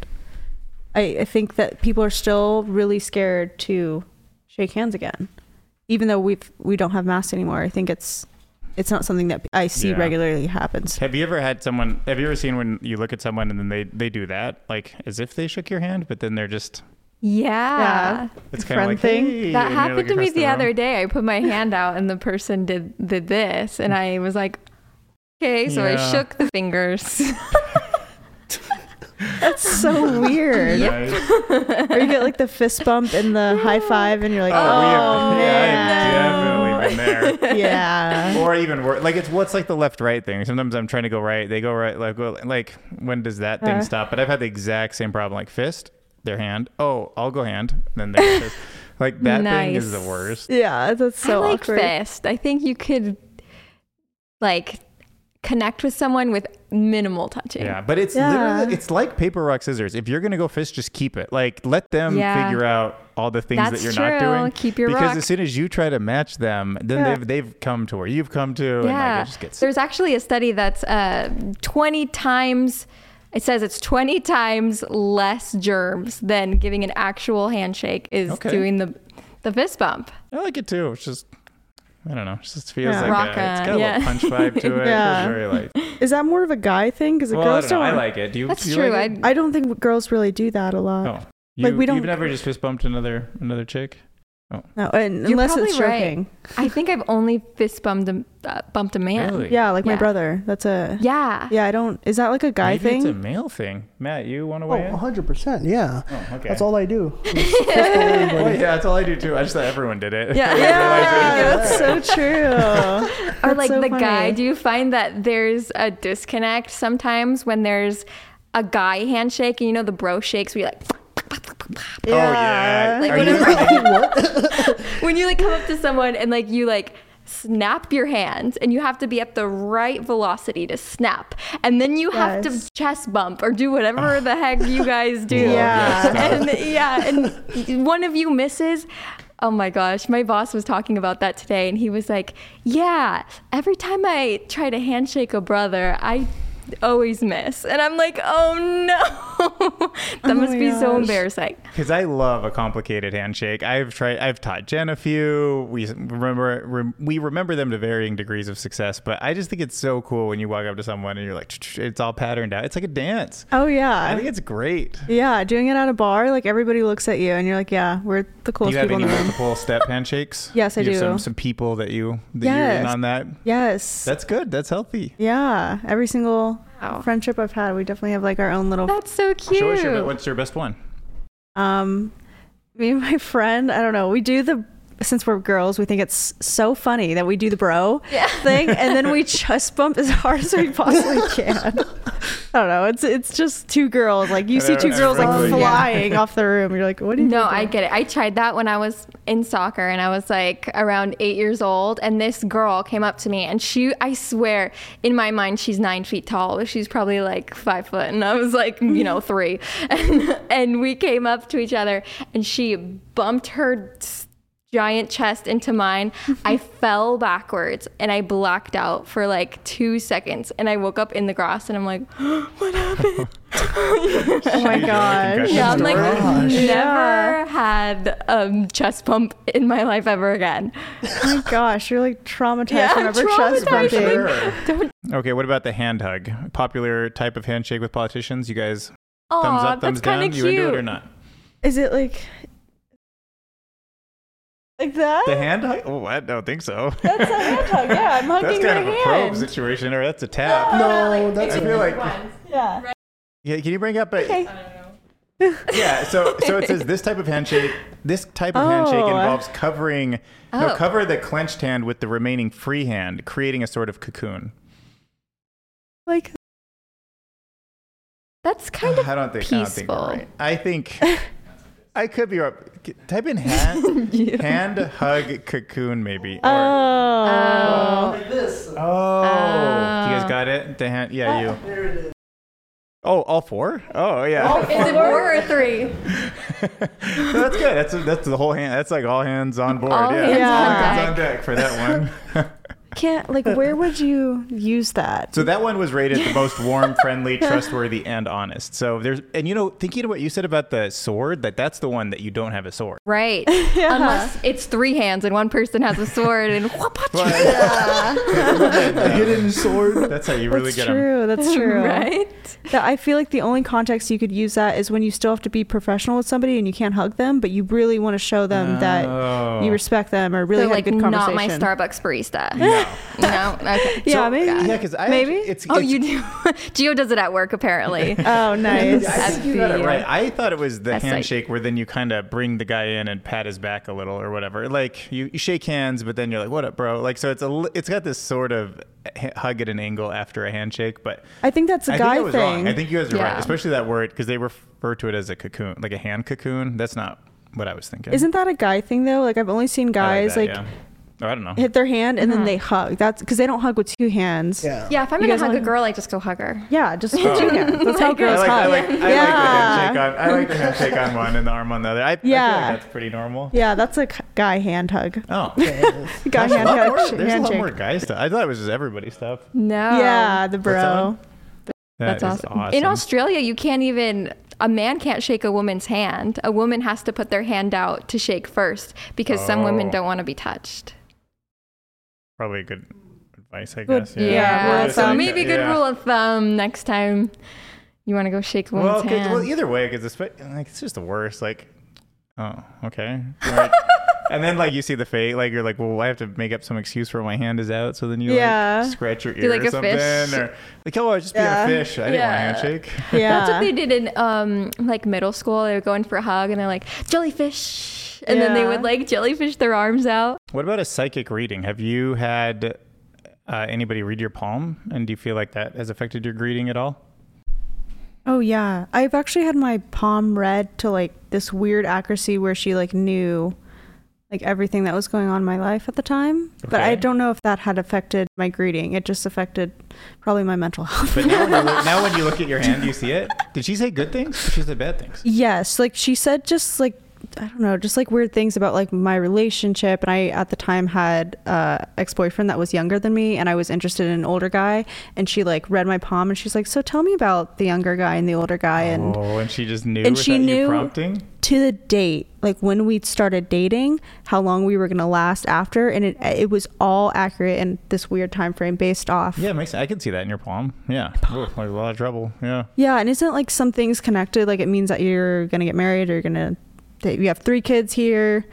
Speaker 2: I, I think that people are still really scared to shake hands again, even though we've we don't have masks anymore. I think it's it's not something that I see
Speaker 1: Yeah.
Speaker 2: regularly happens.
Speaker 1: Have you ever had someone? Have you ever seen when you look at someone and then they they do that, like as if they shook your hand, but then they're just
Speaker 3: Yeah.
Speaker 1: it's kind of
Speaker 2: Friend
Speaker 1: like
Speaker 2: thing?
Speaker 1: "Hey,"
Speaker 3: That
Speaker 1: and you're
Speaker 3: happened
Speaker 1: looking
Speaker 3: to me
Speaker 1: across
Speaker 3: the, other
Speaker 1: room.
Speaker 3: day. I put my hand out and the person did did this and I was like, "Okay, so
Speaker 1: Yeah.
Speaker 3: I shook the fingers."
Speaker 2: That's so weird.
Speaker 3: Yeah.
Speaker 1: Right?
Speaker 2: Or you get like the fist bump and the high five, and you're like,
Speaker 1: Oh,
Speaker 2: oh,
Speaker 1: we have, yeah, I've
Speaker 2: man.
Speaker 1: definitely been there.
Speaker 2: yeah.
Speaker 1: or even worse, like it's what's like the left-right thing. Sometimes I'm trying to go right, they go right. Like, well, like when does that thing
Speaker 2: Uh.
Speaker 1: stop? But I've had the exact same problem. Like fist, their hand. Oh, I'll go hand. Then their fist. Like that thing is the
Speaker 3: Nice.
Speaker 1: worst.
Speaker 2: Yeah, that's so
Speaker 3: I like
Speaker 2: awkward.
Speaker 3: fist. I think you could like connect with someone with minimal touching.
Speaker 1: Yeah, but it's
Speaker 2: Yeah.
Speaker 1: literally it's like paper rock scissors. If you're gonna go fist, just keep it. Like let them
Speaker 3: Yeah.
Speaker 1: figure out all the things that
Speaker 3: That's
Speaker 1: you're not
Speaker 3: true.
Speaker 1: doing.
Speaker 3: Keep your
Speaker 1: because
Speaker 3: rock.
Speaker 1: as soon as you try to match them, then
Speaker 2: Yeah.
Speaker 1: they've they've come to where you've come to, and like it just gets
Speaker 3: There's actually a study that's uh, 20 times, it says it's 20 times less germs than giving an actual handshake is
Speaker 1: Okay.
Speaker 3: doing the the fist bump.
Speaker 1: I like it too. It's just I don't know. It just feels
Speaker 2: Yeah.
Speaker 1: like
Speaker 3: Rock
Speaker 1: a, it's got a
Speaker 3: on, yeah.
Speaker 1: little punch vibe to it.
Speaker 2: Yeah.
Speaker 1: It's very like.
Speaker 2: Is that more of a guy thing? Because
Speaker 1: Well, I
Speaker 2: girls
Speaker 1: don't know. I
Speaker 2: don't-
Speaker 1: like it. Do you?
Speaker 3: That's
Speaker 1: do you
Speaker 3: true.
Speaker 1: Like it?
Speaker 3: I'd-
Speaker 2: I don't think girls really do that a lot.
Speaker 1: oh, you,
Speaker 2: Like, we don't-
Speaker 1: You've never just fist bumped another another chick.
Speaker 2: No, and,
Speaker 3: You're
Speaker 2: unless it's
Speaker 3: probably right.
Speaker 2: joking.
Speaker 3: I think I've only fist bumped a, uh, bumped a man.
Speaker 1: Really?
Speaker 2: Yeah, like my
Speaker 3: Yeah.
Speaker 2: brother. That's a yeah.
Speaker 3: Yeah.
Speaker 2: I don't. Is that like a guy
Speaker 1: Maybe
Speaker 2: thing?
Speaker 1: it's a male thing. Matt, you want to
Speaker 4: Oh,
Speaker 1: weigh in?
Speaker 4: 100%. Yeah.
Speaker 1: Oh, okay.
Speaker 4: That's all I do. Just fist all over.
Speaker 1: Well, yeah, that's all I do too. I just thought everyone did it.
Speaker 3: Yeah.
Speaker 2: yeah, that's so true.
Speaker 3: or
Speaker 2: That's
Speaker 3: like
Speaker 2: so
Speaker 3: the guy
Speaker 2: funny.
Speaker 3: do you find that there's a disconnect sometimes when there's a guy handshake and you know the bro shakes where you like
Speaker 1: Oh yeah.
Speaker 3: Like,
Speaker 1: Are you-
Speaker 3: whenever- when you like come up to someone and like you like snap your hands and you have to be at the right velocity to snap and then you have
Speaker 2: Yes.
Speaker 3: to chest bump or do whatever the heck you guys do
Speaker 1: Yeah.
Speaker 3: and yeah and one of you misses oh my gosh my boss was talking about that today and he was like yeah every time i try to handshake a brother i always miss and i'm like oh no that must
Speaker 2: Oh my
Speaker 3: be so
Speaker 2: gosh.
Speaker 3: embarrassing
Speaker 1: Because I love a complicated handshake. I've tried. I've taught Jen a few. We remember. Rem, we remember them to varying degrees of success. But I just think it's so cool when you walk up to someone and you're like, "Ch-ch-ch," it's all patterned out. It's like a dance.
Speaker 2: Oh
Speaker 1: I
Speaker 2: yeah.
Speaker 1: think it's great.
Speaker 2: Yeah, doing it at a bar, like everybody looks at you and you're like, yeah, we're
Speaker 1: Do
Speaker 2: the coolest
Speaker 1: you have
Speaker 2: people in
Speaker 1: any
Speaker 2: the room.
Speaker 1: multiple step handshakes?
Speaker 2: Yes, I
Speaker 1: you have
Speaker 2: do.
Speaker 1: Some some people that you that you're in
Speaker 2: Yes.
Speaker 1: on that.
Speaker 2: Yes.
Speaker 1: That's good. That's healthy.
Speaker 2: yeah. Every single
Speaker 3: Wow.
Speaker 2: friendship I've had, we definitely have like our own little
Speaker 3: that's so cute
Speaker 1: Show us your. What's your best one?
Speaker 2: um me and my friend, I don't know, we do the since we're girls, we think it's so funny that we do the bro
Speaker 3: Yeah.
Speaker 2: thing and then we chest bump as hard as we possibly can. I don't know. It's it's just two girls. Like you
Speaker 1: And
Speaker 2: see
Speaker 1: I-
Speaker 2: two
Speaker 1: I
Speaker 2: girls like
Speaker 1: remember-
Speaker 3: Yeah.
Speaker 2: flying off the room. You're like, what do you
Speaker 3: No,
Speaker 2: doing?
Speaker 3: I get it. I tried that when I was in soccer and I was like around eight years old. And this girl came up to me and she, I swear, in my mind, she's nine feet tall, but she's probably like five foot. And I was like, you know, three. And, and we came up to each other and she bumped her s- giant chest into mine. I fell backwards and I blacked out for like two seconds. And I woke up in the grass and I'm like, what happened?
Speaker 2: Oh my
Speaker 1: Usual
Speaker 2: gosh.
Speaker 1: confession
Speaker 3: Yeah, I'm like
Speaker 1: story.
Speaker 2: Oh
Speaker 4: Gosh.
Speaker 3: never
Speaker 2: Yeah.
Speaker 3: had um, chest pump in my life ever again.
Speaker 2: Oh my gosh, you're like traumatized
Speaker 3: Yeah,
Speaker 2: from
Speaker 3: I'm
Speaker 2: ever chest
Speaker 3: traumatized.
Speaker 2: bumping.
Speaker 3: Sure. Don't
Speaker 1: Okay, what about the hand hug? Popular type of handshake with politicians. You guys,
Speaker 3: Aw,
Speaker 1: thumbs up, thumbs
Speaker 3: that's kind
Speaker 1: down.
Speaker 3: of
Speaker 1: You
Speaker 3: cute.
Speaker 1: into it or not?
Speaker 2: Is it like like that?
Speaker 1: The hand hug? Oh, I don't think so.
Speaker 2: That's a hand hug. Yeah, I'm
Speaker 1: That's
Speaker 2: hugging
Speaker 1: kind of
Speaker 2: your
Speaker 1: a probe
Speaker 2: hand.
Speaker 1: situation, or that's a tap.
Speaker 4: No, that's
Speaker 1: I feel like
Speaker 2: Yeah.
Speaker 1: yeah. Can you bring up a
Speaker 2: Okay.
Speaker 1: yeah? So so it says this type of handshake. This type of handshake
Speaker 2: Oh.
Speaker 1: involves covering no
Speaker 3: Oh.
Speaker 1: cover the clenched hand with the remaining free hand, creating a sort of cocoon.
Speaker 2: Like
Speaker 3: That's kind of
Speaker 1: I don't think I don't think
Speaker 3: peaceful.
Speaker 1: you're right. I think I could be wrong. Type in hand hand hug cocoon maybe. Or,
Speaker 2: oh.
Speaker 3: Oh.
Speaker 4: this.
Speaker 1: Oh, you guys got it. The hand, yeah, you.
Speaker 4: There it is.
Speaker 1: Oh, all four? Oh, yeah.
Speaker 3: Is it four or three?
Speaker 1: No, that's good. That's that's the whole hand. That's like all hands on board.
Speaker 3: All
Speaker 1: yeah,
Speaker 3: hands
Speaker 2: on
Speaker 1: Hands
Speaker 3: deck.
Speaker 1: on deck for that one.
Speaker 2: Can't like where would you use that?
Speaker 1: so that one was rated the most warm, friendly, trustworthy, and honest. So there's, and you know, thinking of what you said about the sword, that that's the one that you don't have a sword.
Speaker 3: Right. Unless it's three hands and one person has a sword and
Speaker 1: But-
Speaker 4: A hidden sword.
Speaker 1: that's how you really
Speaker 2: that's
Speaker 1: get 'em.
Speaker 2: true. That's true.
Speaker 3: right.
Speaker 2: That I feel like the only context you could use that is when you still have to be professional with somebody and you can't hug them, but you really want to show them that
Speaker 1: Oh.
Speaker 2: you respect them or really
Speaker 3: so
Speaker 2: had
Speaker 3: like
Speaker 2: a good
Speaker 3: not
Speaker 2: conversation.
Speaker 3: my Starbucks barista.
Speaker 1: No.
Speaker 3: no. Okay.
Speaker 2: Yeah,
Speaker 1: So-
Speaker 2: maybe.
Speaker 1: Yeah, because I
Speaker 2: Maybe?
Speaker 1: actually- it's,
Speaker 3: Oh,
Speaker 1: it's-
Speaker 3: you do. Geo does it at work apparently.
Speaker 2: Oh, nice.
Speaker 1: I think you got it right. I thought it was the
Speaker 3: That's like-
Speaker 1: handshake where then you kind of bring the guy in and pat his back a little or whatever. Like you, you shake hands, but then you're like, "What up, bro?" Like so, it's a li- it's got this sort of h- hug at an angle after a handshake, but
Speaker 2: I think that's a
Speaker 1: I
Speaker 2: guy
Speaker 1: think I was
Speaker 2: thing.
Speaker 1: wrong. I think you guys are right,
Speaker 3: Yeah.
Speaker 1: especially that word because they refer to it as a cocoon, like a hand cocoon. That's not what I was thinking.
Speaker 2: Isn't that a guy thing though? Like I've only seen
Speaker 1: I
Speaker 2: guys
Speaker 1: that,
Speaker 2: like,
Speaker 1: yeah. Oh, I don't know.
Speaker 2: hit their hand and
Speaker 3: Uh-huh.
Speaker 2: then they hug. That's because they don't hug with two hands.
Speaker 4: Yeah.
Speaker 3: yeah, if I'm
Speaker 2: You
Speaker 3: gonna
Speaker 2: guys
Speaker 3: hug a
Speaker 2: wanna-
Speaker 3: girl, I just go hug her.
Speaker 2: Yeah, just with two hands. That's how
Speaker 1: I
Speaker 2: girls
Speaker 1: like, I
Speaker 2: hug.
Speaker 1: like, I
Speaker 2: Yeah.
Speaker 1: like the handshake on. I like the handshake on one and the arm on the other. I, I feel
Speaker 2: Yeah.
Speaker 1: like that's pretty normal.
Speaker 2: Yeah, that's a c- guy hand hug.
Speaker 1: Oh,
Speaker 2: Guy
Speaker 1: There's a
Speaker 2: hand
Speaker 1: lot more- There's
Speaker 2: hug.
Speaker 1: a lot
Speaker 2: handshake.
Speaker 1: more guy stuff. I thought it was just everybody stuff.
Speaker 3: No.
Speaker 2: Yeah, the bro.
Speaker 1: on? That
Speaker 3: That's
Speaker 1: is
Speaker 3: awesome. In Australia, you can't even a man can't shake a woman's hand. A woman has to put their hand out to shake first because some women
Speaker 1: Oh.
Speaker 3: don't want to be touched.
Speaker 1: Probably good advice, I
Speaker 2: Good-
Speaker 1: guess.
Speaker 2: Yeah,
Speaker 1: Well,
Speaker 2: rule of
Speaker 1: it's
Speaker 3: so
Speaker 1: like-
Speaker 2: thumb.
Speaker 3: maybe good
Speaker 1: yeah.
Speaker 3: rule of thumb next time you want to go shake a
Speaker 1: Well,
Speaker 3: woman's
Speaker 1: 'cause-
Speaker 3: hand.
Speaker 1: well, either way, because it's like it's just the worst. Like, oh, okay. Right. and then like you see the fate, like you're like, well, I have to make up some excuse where my hand is out. So then you
Speaker 2: Yeah.
Speaker 1: like scratch your ear
Speaker 3: Do like
Speaker 1: or
Speaker 3: a
Speaker 1: something,
Speaker 3: fish.
Speaker 1: or like, oh, I was just being
Speaker 2: Yeah.
Speaker 1: a fish. I didn't
Speaker 3: Yeah.
Speaker 1: want a handshake.
Speaker 2: Yeah.
Speaker 3: That's what they did in um, like middle school. They would go in for a hug and they're like jellyfish, and then they
Speaker 2: Yeah.
Speaker 3: would like jellyfish their arms out.
Speaker 1: What about a psychic reading? Have you had uh, anybody read your palm, and do you feel like that has affected your greeting at all?
Speaker 2: Oh yeah, I've actually had my palm read to like this weird accuracy where she like knew like everything that was going on in my life at the time. But I
Speaker 1: Okay.
Speaker 2: don't know if that had affected my greeting. It just affected probably my mental health.
Speaker 1: But now when, you look, now when you look at your hand, you see it. Did she say good things? She said bad things.
Speaker 2: yes, like she said just like I don't know, just like weird things about like my relationship and I at the time had uh ex-boyfriend that was younger than me and I was interested in an older guy and she like read my palm and she's like, "So tell me about the younger guy and the older guy and
Speaker 1: oh, and she just knew
Speaker 2: and she
Speaker 1: without you
Speaker 2: knew-
Speaker 1: prompting.
Speaker 2: to the date, like when we started dating, how long we were gonna last after, and it it was all accurate in this weird time frame based off.
Speaker 1: Yeah, it makes. I can see that in your palm. Yeah, Ooh, like a lot of trouble. Yeah.
Speaker 2: Yeah, and isn't like some things connected? Like it means that you're gonna get married, or you're gonna that you have three kids here,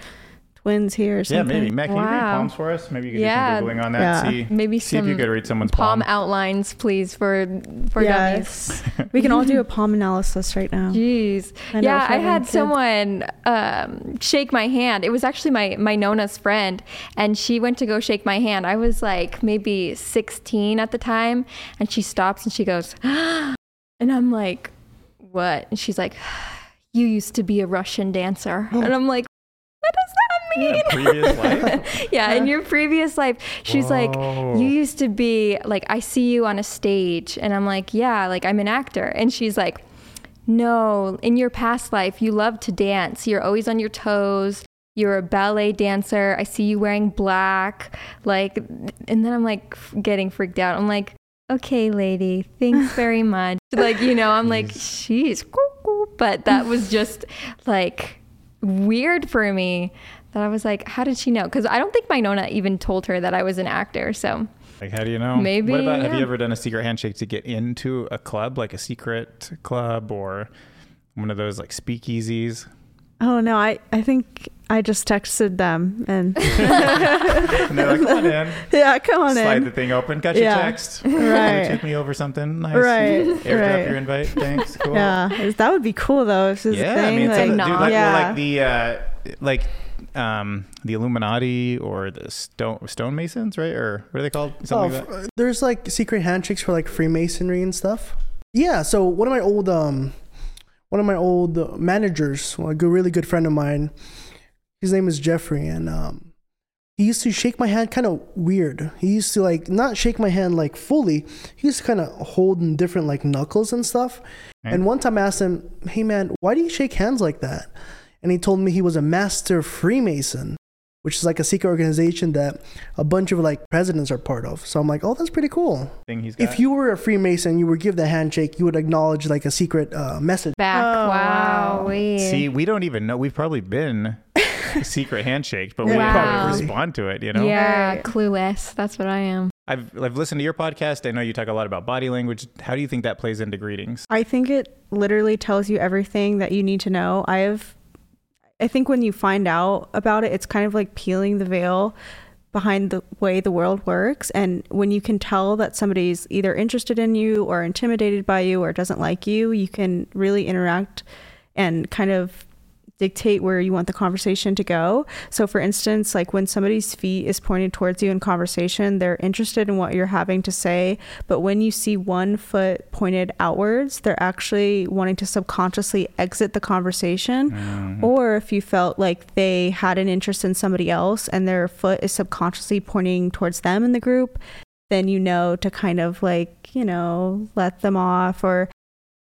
Speaker 2: twins here, or
Speaker 1: Yeah,
Speaker 2: something.
Speaker 1: maybe. Matt, can you read
Speaker 3: Wow.
Speaker 1: palms for us? Maybe you could
Speaker 3: Yeah.
Speaker 1: do some googling on that.
Speaker 2: Yeah.
Speaker 1: See,
Speaker 3: Maybe
Speaker 1: see if you
Speaker 3: some
Speaker 1: could read someone's palm.
Speaker 3: Palm outlines, please, for for dummies.
Speaker 2: Yes, we can all do a palm analysis right now.
Speaker 3: Jeez.
Speaker 2: I know,
Speaker 3: yeah,
Speaker 2: if
Speaker 3: I
Speaker 2: you're having
Speaker 3: had
Speaker 2: kids.
Speaker 3: someone um, shake my hand. It was actually my, my Nona's friend, and she went to go shake my hand. I was like maybe 16 at the time, and she stops and she goes, and I'm like, what? And she's like, you used to be a Russian dancer.
Speaker 2: Oh.
Speaker 3: And I'm like, what does that mean?
Speaker 1: Yeah, previous life.
Speaker 3: yeah, in your previous life. She's
Speaker 1: Whoa.
Speaker 3: like, you used to be like, I see you on a stage. And I'm like, yeah, like I'm an actor. And she's like, no, in your past life, you love to dance. You're always on your toes. You're a ballet dancer. I see you wearing black. Like, and then I'm like f- getting freaked out. I'm like, okay, lady, thanks very much. Like, you know, I'm like, she's, but that was just like weird for me that I was like, how did she know? Because I don't think my Nona even told her that I was an actor. So
Speaker 1: Like, how do you know?
Speaker 3: Maybe,
Speaker 1: What about? Have
Speaker 3: yeah.
Speaker 1: you ever done a secret handshake to get into a club, like a secret club or one of those like speakeasies?
Speaker 2: Oh no, I I think I just texted them and
Speaker 1: And they're like, come on in.
Speaker 2: yeah, come on
Speaker 1: Slide
Speaker 2: in.
Speaker 1: the thing open. Got your
Speaker 2: Yeah.
Speaker 1: text.
Speaker 2: Right.
Speaker 1: Took me over something. Nice.
Speaker 2: Right,
Speaker 1: Airdrop
Speaker 2: right.
Speaker 1: your invite. Thanks. Cool.
Speaker 2: Yeah, is- that would be cool though. If this is a
Speaker 1: yeah,
Speaker 2: thing,
Speaker 1: I mean, it's
Speaker 2: like,
Speaker 1: like, dude, like,
Speaker 2: yeah.
Speaker 1: well, like the uh, like um, the Illuminati or the stone stonemasons, right? Or what are they called? Something
Speaker 4: Oh,
Speaker 1: like that.
Speaker 4: f- there's like secret handshakes for like Freemasonry and stuff. Yeah, so one of my old um, one of my old managers, a good, really good friend of mine, his name is Jeffrey, and um, he used to shake my hand kind of weird. He used to like not shake my hand like fully. He used to kind of hold in different like knuckles and stuff. And one time I asked him, "Hey man, why do you shake hands like that?" And he told me he was a master Freemason which is like a secret organization that a bunch of like presidents are part of. So I'm like, oh, that's pretty cool.
Speaker 1: Thing he's got.
Speaker 4: If you were a Freemason, you would give the handshake, you would acknowledge like a secret uh, message.
Speaker 3: back.
Speaker 2: Oh,
Speaker 3: wow.
Speaker 2: wow.
Speaker 1: See, we don't even know. We've probably been secret handshake, but we
Speaker 3: Yeah,
Speaker 1: didn't
Speaker 4: probably.
Speaker 1: respond to it. You know,
Speaker 3: Yeah,
Speaker 2: Right.
Speaker 3: clueless. That's what I am.
Speaker 1: I've I've listened to your podcast. I know you talk a lot about body language. How do you think that plays into greetings?
Speaker 2: I think it literally tells you everything that you need to know. I have I think when you find out about it, it's kind of like peeling the veil behind the way the world works and when you can tell that somebody's either interested in you or intimidated by you or doesn't like you, you can really interact and kind of dictate where you want the conversation to go. So for instance, like when somebody's feet is pointed towards you in conversation, they're interested in what you're having to say, but when you see one foot pointed outwards, they're actually wanting to subconsciously exit the conversation.
Speaker 1: Mm-hmm.
Speaker 2: Or if you felt like they had an interest in somebody else and their foot is subconsciously pointing towards them in the group, then you know to kind of like, you know, let them off or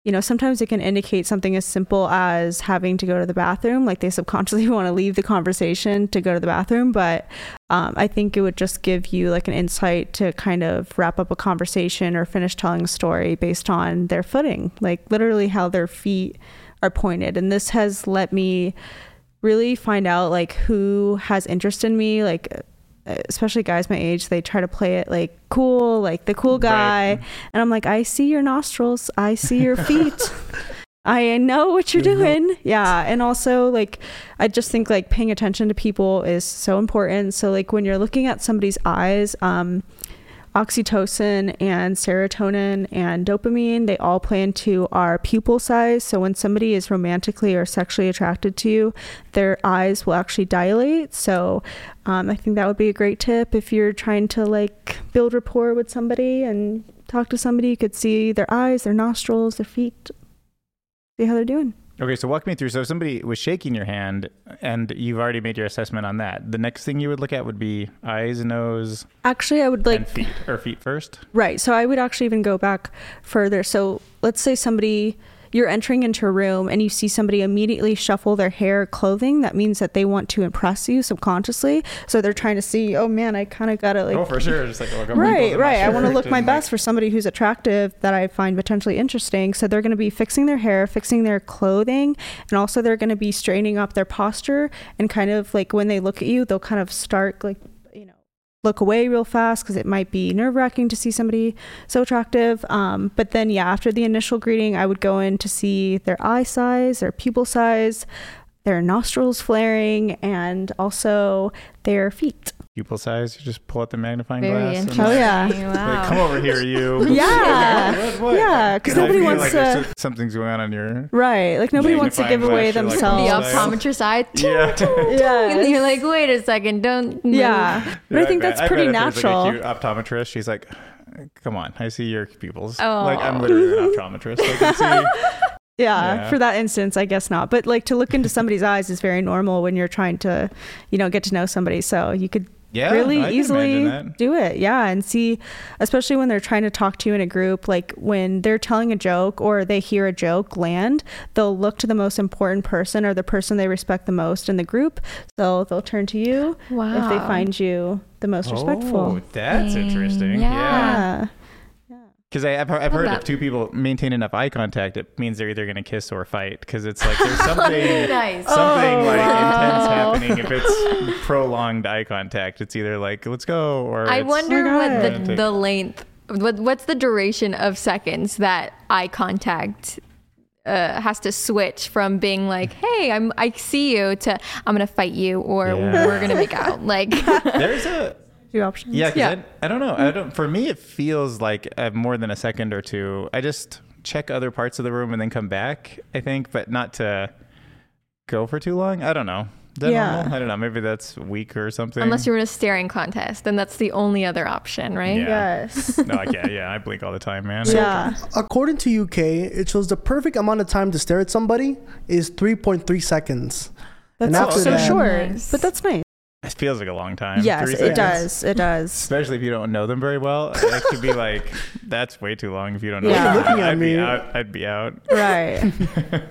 Speaker 2: you know, sometimes it can indicate something as simple as having to go to the bathroom, like they subconsciously want to leave the conversation to go to the bathroom. But um, I think it would just give you like an insight to kind of wrap up a conversation or finish telling a story based on their footing, like literally how their feet are pointed. And this has let me really find out like who has interest in me, like especially guys my age, they try to play it like cool, like the cool guy.
Speaker 1: Right.
Speaker 2: And I'm like, I see your nostrils, I see your feet. I know what you're
Speaker 4: You know.
Speaker 2: doing. Yeah. And also, like, I just think like paying attention to people is so important. So, like, when you're looking at somebody's eyes, um, oxytocin and serotonin and dopamine, they all play into our pupil size. So, when somebody is romantically or sexually attracted to you, their eyes will actually dilate. So, um, I think that would be a great tip if you're trying to like build rapport with somebody and talk to somebody. You could see their eyes, their nostrils, their feet, see how they're doing.
Speaker 1: Okay, so walk me through. So if somebody was shaking your hand and you've already made your assessment on that, the next thing you would look at would be eyes, nose,
Speaker 2: Actually, I would like
Speaker 1: and feet, or feet first.
Speaker 2: Right. So I would actually even go back further. So let's say somebody you're entering into a room and you see somebody immediately shuffle their hair, clothing. That means that they want to impress you subconsciously. So they're trying to see, oh man, I kind of gotta like.
Speaker 1: oh, for sure. Just like look over people's
Speaker 2: Right,
Speaker 1: and
Speaker 2: right.
Speaker 1: not
Speaker 2: I want to
Speaker 1: sure.
Speaker 2: look my
Speaker 1: And, like,
Speaker 2: best for somebody who's attractive that I find potentially interesting. So they're going to be fixing their hair, fixing their clothing, and also they're going to be straightening up their posture and kind of like when they look at you, they'll kind of start like, you know, look away real fast because it might be nerve wracking to see somebody so attractive. Um, but then, yeah, after the initial greeting, I would go in to see their eye size, their pupil size, their nostrils flaring, and also their feet.
Speaker 1: Pupil size. You just pull out the magnifying
Speaker 3: Very
Speaker 1: glass.
Speaker 3: interesting.
Speaker 2: Oh, yeah.
Speaker 1: Like,
Speaker 3: Wow.
Speaker 1: come over here, you.
Speaker 2: Yeah.
Speaker 1: What, what?
Speaker 2: Yeah, 'cause
Speaker 1: I
Speaker 2: nobody
Speaker 1: feel
Speaker 2: wants
Speaker 1: like
Speaker 2: to-
Speaker 1: there's so- Something's going on in your.
Speaker 2: Right. Like nobody wants to give
Speaker 1: Magnifying glass, you're
Speaker 2: away
Speaker 1: like,
Speaker 3: the
Speaker 1: Oh,
Speaker 2: themselves.
Speaker 1: yeah.
Speaker 3: optometrist eye.
Speaker 1: Yeah.
Speaker 2: yeah.
Speaker 3: And then you're like, wait a second, don't. move."
Speaker 2: yeah. But I think
Speaker 1: bet-
Speaker 2: that's pretty
Speaker 1: bet if there's,
Speaker 2: natural.
Speaker 1: Like a cute optometrist. She's like, come on, I see your pupils.
Speaker 3: Oh.
Speaker 1: Like I'm literally an optometrist. I can see.
Speaker 2: yeah,
Speaker 1: Yeah.
Speaker 2: For that instance, I guess not. But like to look into somebody's eyes is very normal when you're trying to, you know, get to know somebody. So you could
Speaker 1: Yeah, I
Speaker 2: really
Speaker 1: can
Speaker 2: easily
Speaker 1: imagine that.
Speaker 2: do it. Yeah. And see, especially when they're trying to talk to you in a group, like when they're telling a joke or they hear a joke land, they'll look to the most important person or the person they respect the most in the group. So they'll turn to you if they
Speaker 3: Wow.
Speaker 2: find you the most
Speaker 1: Oh,
Speaker 2: respectful.
Speaker 1: that's
Speaker 3: Mm,
Speaker 1: interesting.
Speaker 3: yeah.
Speaker 2: Yeah.
Speaker 1: Because I've, I've heard
Speaker 3: that.
Speaker 1: if two people maintain enough eye contact, it means they're either going to kiss or fight. Because it's like there's something,
Speaker 3: Nice.
Speaker 1: something
Speaker 2: Oh,
Speaker 1: like
Speaker 2: wow.
Speaker 1: intense happening if it's prolonged eye contact. It's either like let's go or
Speaker 3: I
Speaker 1: it's-
Speaker 3: wonder
Speaker 2: Oh my
Speaker 3: what the,
Speaker 1: God.
Speaker 3: the length, what, what's the duration of seconds that eye contact uh, has to switch from being like, hey, I'm, I see you to I'm going to fight you or
Speaker 1: Yeah.
Speaker 3: we're going to make out. Like,
Speaker 1: There's a
Speaker 2: Two options.
Speaker 1: yeah. 'cause
Speaker 3: Yeah.
Speaker 1: I, I don't know. I don't. For me, it feels like uh, more than a second or two. I just check other parts of the room and then come back. I think, but not to go for too long. I don't know. Is that
Speaker 2: Yeah.
Speaker 1: normal? I don't know. Maybe that's weak or something.
Speaker 3: unless you're in a staring contest, then that's the only other option, right?
Speaker 1: Yeah.
Speaker 2: Yes.
Speaker 1: no, I can't. Yeah, I blink all the time, man.
Speaker 2: yeah.
Speaker 4: According to UK, it shows the perfect amount of time to stare at somebody is 3.3 seconds.
Speaker 2: That's
Speaker 4: And after
Speaker 2: so
Speaker 4: that-
Speaker 2: short.
Speaker 3: Nice.
Speaker 2: But that's nice.
Speaker 1: It feels like a long time.
Speaker 2: yes,
Speaker 1: Three
Speaker 2: it
Speaker 1: seconds.
Speaker 2: does. It does.
Speaker 1: Especially if you don't know them very well, it could be like that's way too long. If you don't know,
Speaker 2: Yeah.
Speaker 1: them.
Speaker 2: You're
Speaker 4: looking at
Speaker 1: I'd be
Speaker 4: me.
Speaker 1: out. I'd be out.
Speaker 2: right.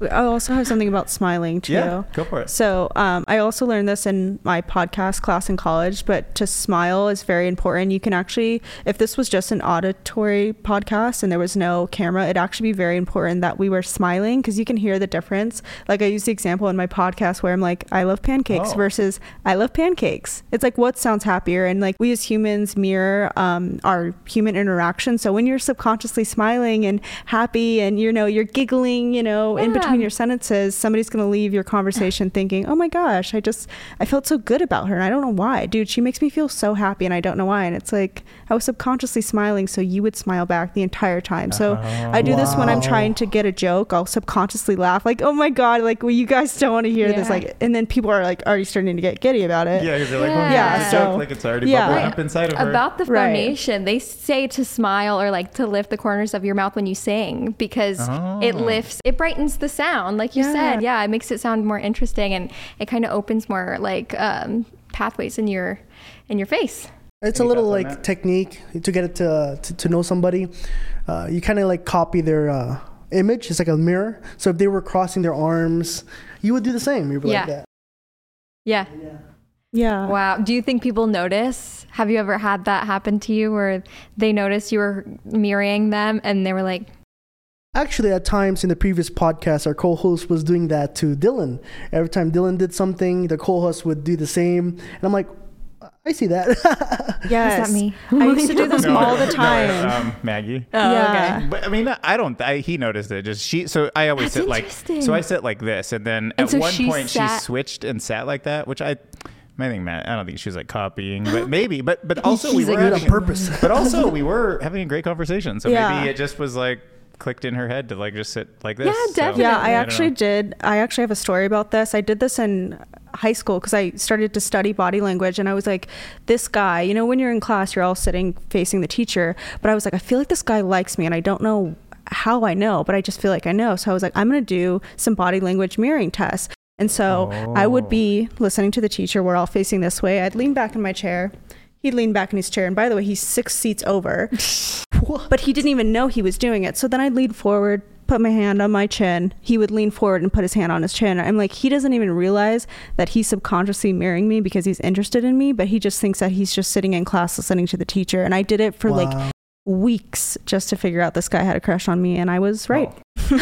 Speaker 2: I also have something about smiling too.
Speaker 1: Yeah, go for it.
Speaker 2: So um, I also learned this in my podcast class in college, but to smile is very important. You can actually, if this was just an auditory podcast and there was no camera, it'd actually be very important that we were smiling because you can hear the difference. Like I use the example in my podcast where I'm like, I love pancakes
Speaker 1: Oh.
Speaker 2: versus I love pancakes. It's like what sounds happier, and like we as humans mirror um, our human interaction. So when you're subconsciously smiling and happy, and you know you're giggling, you know, in between
Speaker 3: Yeah.
Speaker 2: your sentences, somebody's going to leave your conversation thinking, "Oh my gosh, I just I felt so good about her, and I don't know why, dude. She makes me feel so happy, and I don't know why." And it's like I was subconsciously smiling, so you would smile back the entire time. So I do this when I'm
Speaker 4: Wow.
Speaker 2: trying to get a joke. I'll subconsciously laugh, like, "Oh my god, like well, you guys don't want to hear this."
Speaker 3: Yeah.
Speaker 2: Like, and then people are like already starting to get giddy about it.
Speaker 1: Yeah, because they're like, well,
Speaker 3: Yeah.
Speaker 1: yeah,
Speaker 2: Yeah, so-
Speaker 1: like it's already
Speaker 2: Yeah.
Speaker 1: bubbling
Speaker 2: Right.
Speaker 1: up inside of her.
Speaker 3: About the
Speaker 2: Right.
Speaker 3: phonation, they say to smile or like to lift the corners of your mouth when you sing because it
Speaker 1: Oh.
Speaker 3: lifts, it brightens the sound, like you
Speaker 2: Yeah.
Speaker 3: said. Yeah, it makes it sound more interesting and it kind of opens more like um, pathways in your in your face.
Speaker 4: It's
Speaker 1: Any
Speaker 4: a little
Speaker 1: thoughts on
Speaker 4: like
Speaker 1: that?
Speaker 4: technique to get it to, to, to know somebody. Uh, you kind of like copy their uh, image. It's like a mirror. So if they were crossing their arms, you would do the same. You'd be
Speaker 3: Yeah.
Speaker 4: like that.
Speaker 3: Yeah.
Speaker 2: Yeah.
Speaker 3: Wow. Do you think people notice? Have you ever had that happen to you where they noticed you were mirroring them and they were like,
Speaker 4: Actually, at times in the previous podcast, our co-host was doing that to Dylan. Every time Dylan did something, the co-host would do the same, and I'm like, I see that.
Speaker 2: Yes.
Speaker 3: that Oh, me?
Speaker 2: I used to do this
Speaker 1: No,
Speaker 2: all the
Speaker 1: no,
Speaker 2: time.
Speaker 1: um, Maggie.
Speaker 3: Oh,
Speaker 2: yeah.
Speaker 1: But I mean, I don't. I, he noticed it. Just she. So I always
Speaker 3: That's
Speaker 1: sit like.
Speaker 3: interesting.
Speaker 1: So I sit like this, and then
Speaker 3: And
Speaker 1: at
Speaker 3: so
Speaker 1: one
Speaker 3: she
Speaker 1: point
Speaker 3: sat-
Speaker 1: she switched and sat like that, which I. I think Matt. I don't think she was like copying, but maybe. But but also we
Speaker 3: She's
Speaker 1: were
Speaker 3: like, "Do it on
Speaker 1: having, purpose. But also we were having a great conversation, so
Speaker 2: Yeah.
Speaker 1: maybe it just was like clicked in her head to like just sit like this.
Speaker 3: Yeah,
Speaker 1: So,
Speaker 3: definitely.
Speaker 2: Yeah, I
Speaker 1: don't
Speaker 2: actually
Speaker 1: know.
Speaker 2: did. I actually have a story about this. I did this in high school because I started to study body language, and I was like, this guy. You know, when you're in class, you're all sitting facing the teacher, but I was like, I feel like this guy likes me, and I don't know how I know, but I just feel like I know. So I was like, I'm going to do some body language mirroring tests. And so I would
Speaker 1: Oh.
Speaker 2: be listening to the teacher. We're all facing this way. I'd lean back in my chair. He'd lean back in his chair. And by the way, he's six seats over, but he didn't even know he was doing it. So then I'd lean forward, put my hand on my chin. He would lean forward and put his hand on his chin. I'm like, he doesn't even realize that he's subconsciously mirroring me because he's interested in me, but he just thinks that he's just sitting in class listening to the teacher. And I did it for like
Speaker 4: Wow.
Speaker 2: weeks just to figure out this guy had a crush on me, and I was right.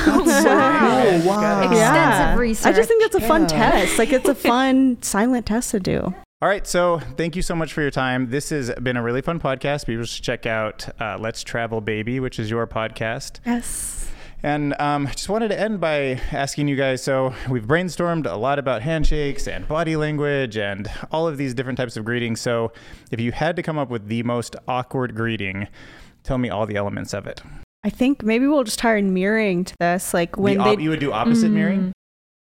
Speaker 4: Oh, wow.
Speaker 3: Extensive research.
Speaker 2: I just think that's a fun
Speaker 4: Yeah.
Speaker 2: test. Like it's a fun silent test to do.
Speaker 1: All right, so thank you so much for your time. This has been a really fun podcast. People should check out uh, Let's Travel Baby, which is your podcast.
Speaker 2: Yes.
Speaker 1: And um, I just wanted to end by asking you guys so we've brainstormed a lot about handshakes and body language and all of these different types of greetings. So if you had to come up with the most awkward greeting, tell me all the elements of it.
Speaker 2: I think maybe we'll just tire mirroring to this, like when
Speaker 1: the
Speaker 2: they Mm.
Speaker 1: op- you would do opposite mirroring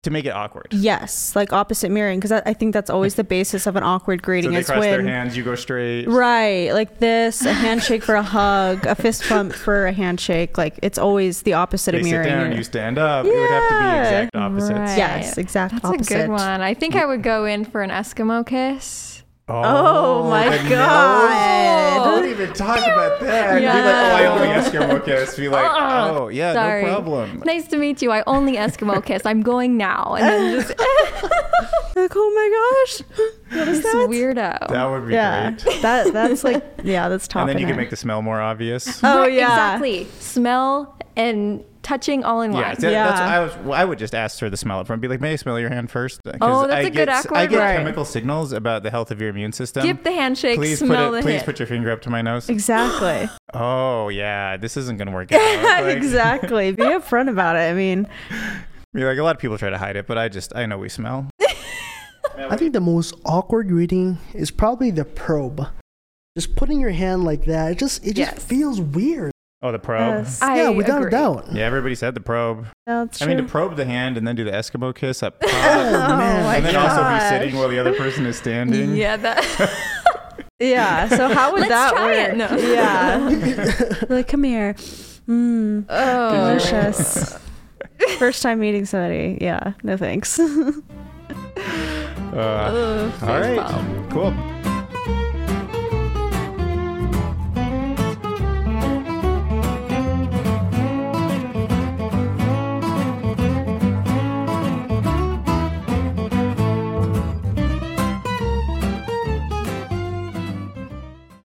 Speaker 1: to make it awkward.
Speaker 2: yes, like opposite mirroring, because I, I think that's always the basis of an awkward
Speaker 1: So
Speaker 2: greeting
Speaker 1: they
Speaker 2: is
Speaker 1: cross their
Speaker 2: when
Speaker 1: hands, you go straight.
Speaker 2: right, like this, a handshake for a hug, a fist bump for a handshake. Like it's always the opposite
Speaker 1: They
Speaker 2: of
Speaker 1: sit
Speaker 2: mirroring.
Speaker 1: down, you stand up. It would have to be
Speaker 2: Yeah.
Speaker 1: exact opposites.
Speaker 3: Right.
Speaker 2: yes, exact
Speaker 3: That's
Speaker 2: opposite.
Speaker 3: a good one. I think I would go in for an Eskimo kiss.
Speaker 2: Oh, my
Speaker 1: the nose.
Speaker 2: God.
Speaker 1: Don't even talk about that. Be like,
Speaker 3: Yeah.
Speaker 1: oh, I only Eskimo kiss. Be like,
Speaker 2: Uh-uh.
Speaker 1: oh, yeah,
Speaker 3: Sorry.
Speaker 1: no problem.
Speaker 3: Nice to meet you. I only Eskimo kiss. I'm going now. And then just
Speaker 2: Like, oh my gosh, what is
Speaker 3: this
Speaker 2: that?
Speaker 3: weirdo.
Speaker 1: That would be
Speaker 2: Yeah,
Speaker 1: great.
Speaker 2: that that's like yeah, that's top.
Speaker 1: And then
Speaker 2: in
Speaker 1: you can
Speaker 2: there.
Speaker 1: make the smell more obvious.
Speaker 2: Oh
Speaker 3: Right,
Speaker 2: yeah,
Speaker 3: Exactly. Smell and touching all in one.
Speaker 1: Yeah, that- that's
Speaker 2: Yeah.
Speaker 1: I was. well, I would just ask her to smell it from. Be like, may I smell your hand first? Uh, 'Cause
Speaker 3: Oh, that's
Speaker 1: I
Speaker 3: a
Speaker 1: get,
Speaker 3: good
Speaker 1: s- I
Speaker 3: awkward
Speaker 1: get
Speaker 2: one.
Speaker 1: chemical signals about the health of your immune system.
Speaker 3: Give the handshake,
Speaker 1: um, please
Speaker 3: smell
Speaker 1: put
Speaker 3: the
Speaker 1: it, Please
Speaker 3: hit.
Speaker 1: put your finger up to my nose.
Speaker 2: Exactly.
Speaker 1: Oh yeah, this isn't gonna work out. Like,
Speaker 2: exactly. Be upfront about it. I mean,
Speaker 1: You're like a lot of people try to hide it, but I just I know we smell.
Speaker 4: I think the most awkward greeting is probably the probe. Just putting your hand like that, it just it just
Speaker 3: Yes.
Speaker 4: feels weird.
Speaker 1: Oh, the probe.
Speaker 2: Yes.
Speaker 3: I
Speaker 4: yeah, without
Speaker 3: agree.
Speaker 4: a doubt.
Speaker 1: Yeah, everybody said the probe.
Speaker 2: that's
Speaker 1: I
Speaker 2: true.
Speaker 1: mean, to probe the hand and then do the Eskimo kiss up.
Speaker 4: Oh, man.
Speaker 1: and then also be
Speaker 2: gosh.
Speaker 1: sitting while the other person is standing.
Speaker 3: Yeah, that.
Speaker 2: yeah. So how would
Speaker 3: Let's
Speaker 2: that
Speaker 3: try
Speaker 2: work?
Speaker 3: it. No.
Speaker 2: Yeah. like, come here. Mm,
Speaker 3: oh.
Speaker 2: delicious. First time meeting somebody. Yeah. No thanks.
Speaker 1: Uh, all right. Cool.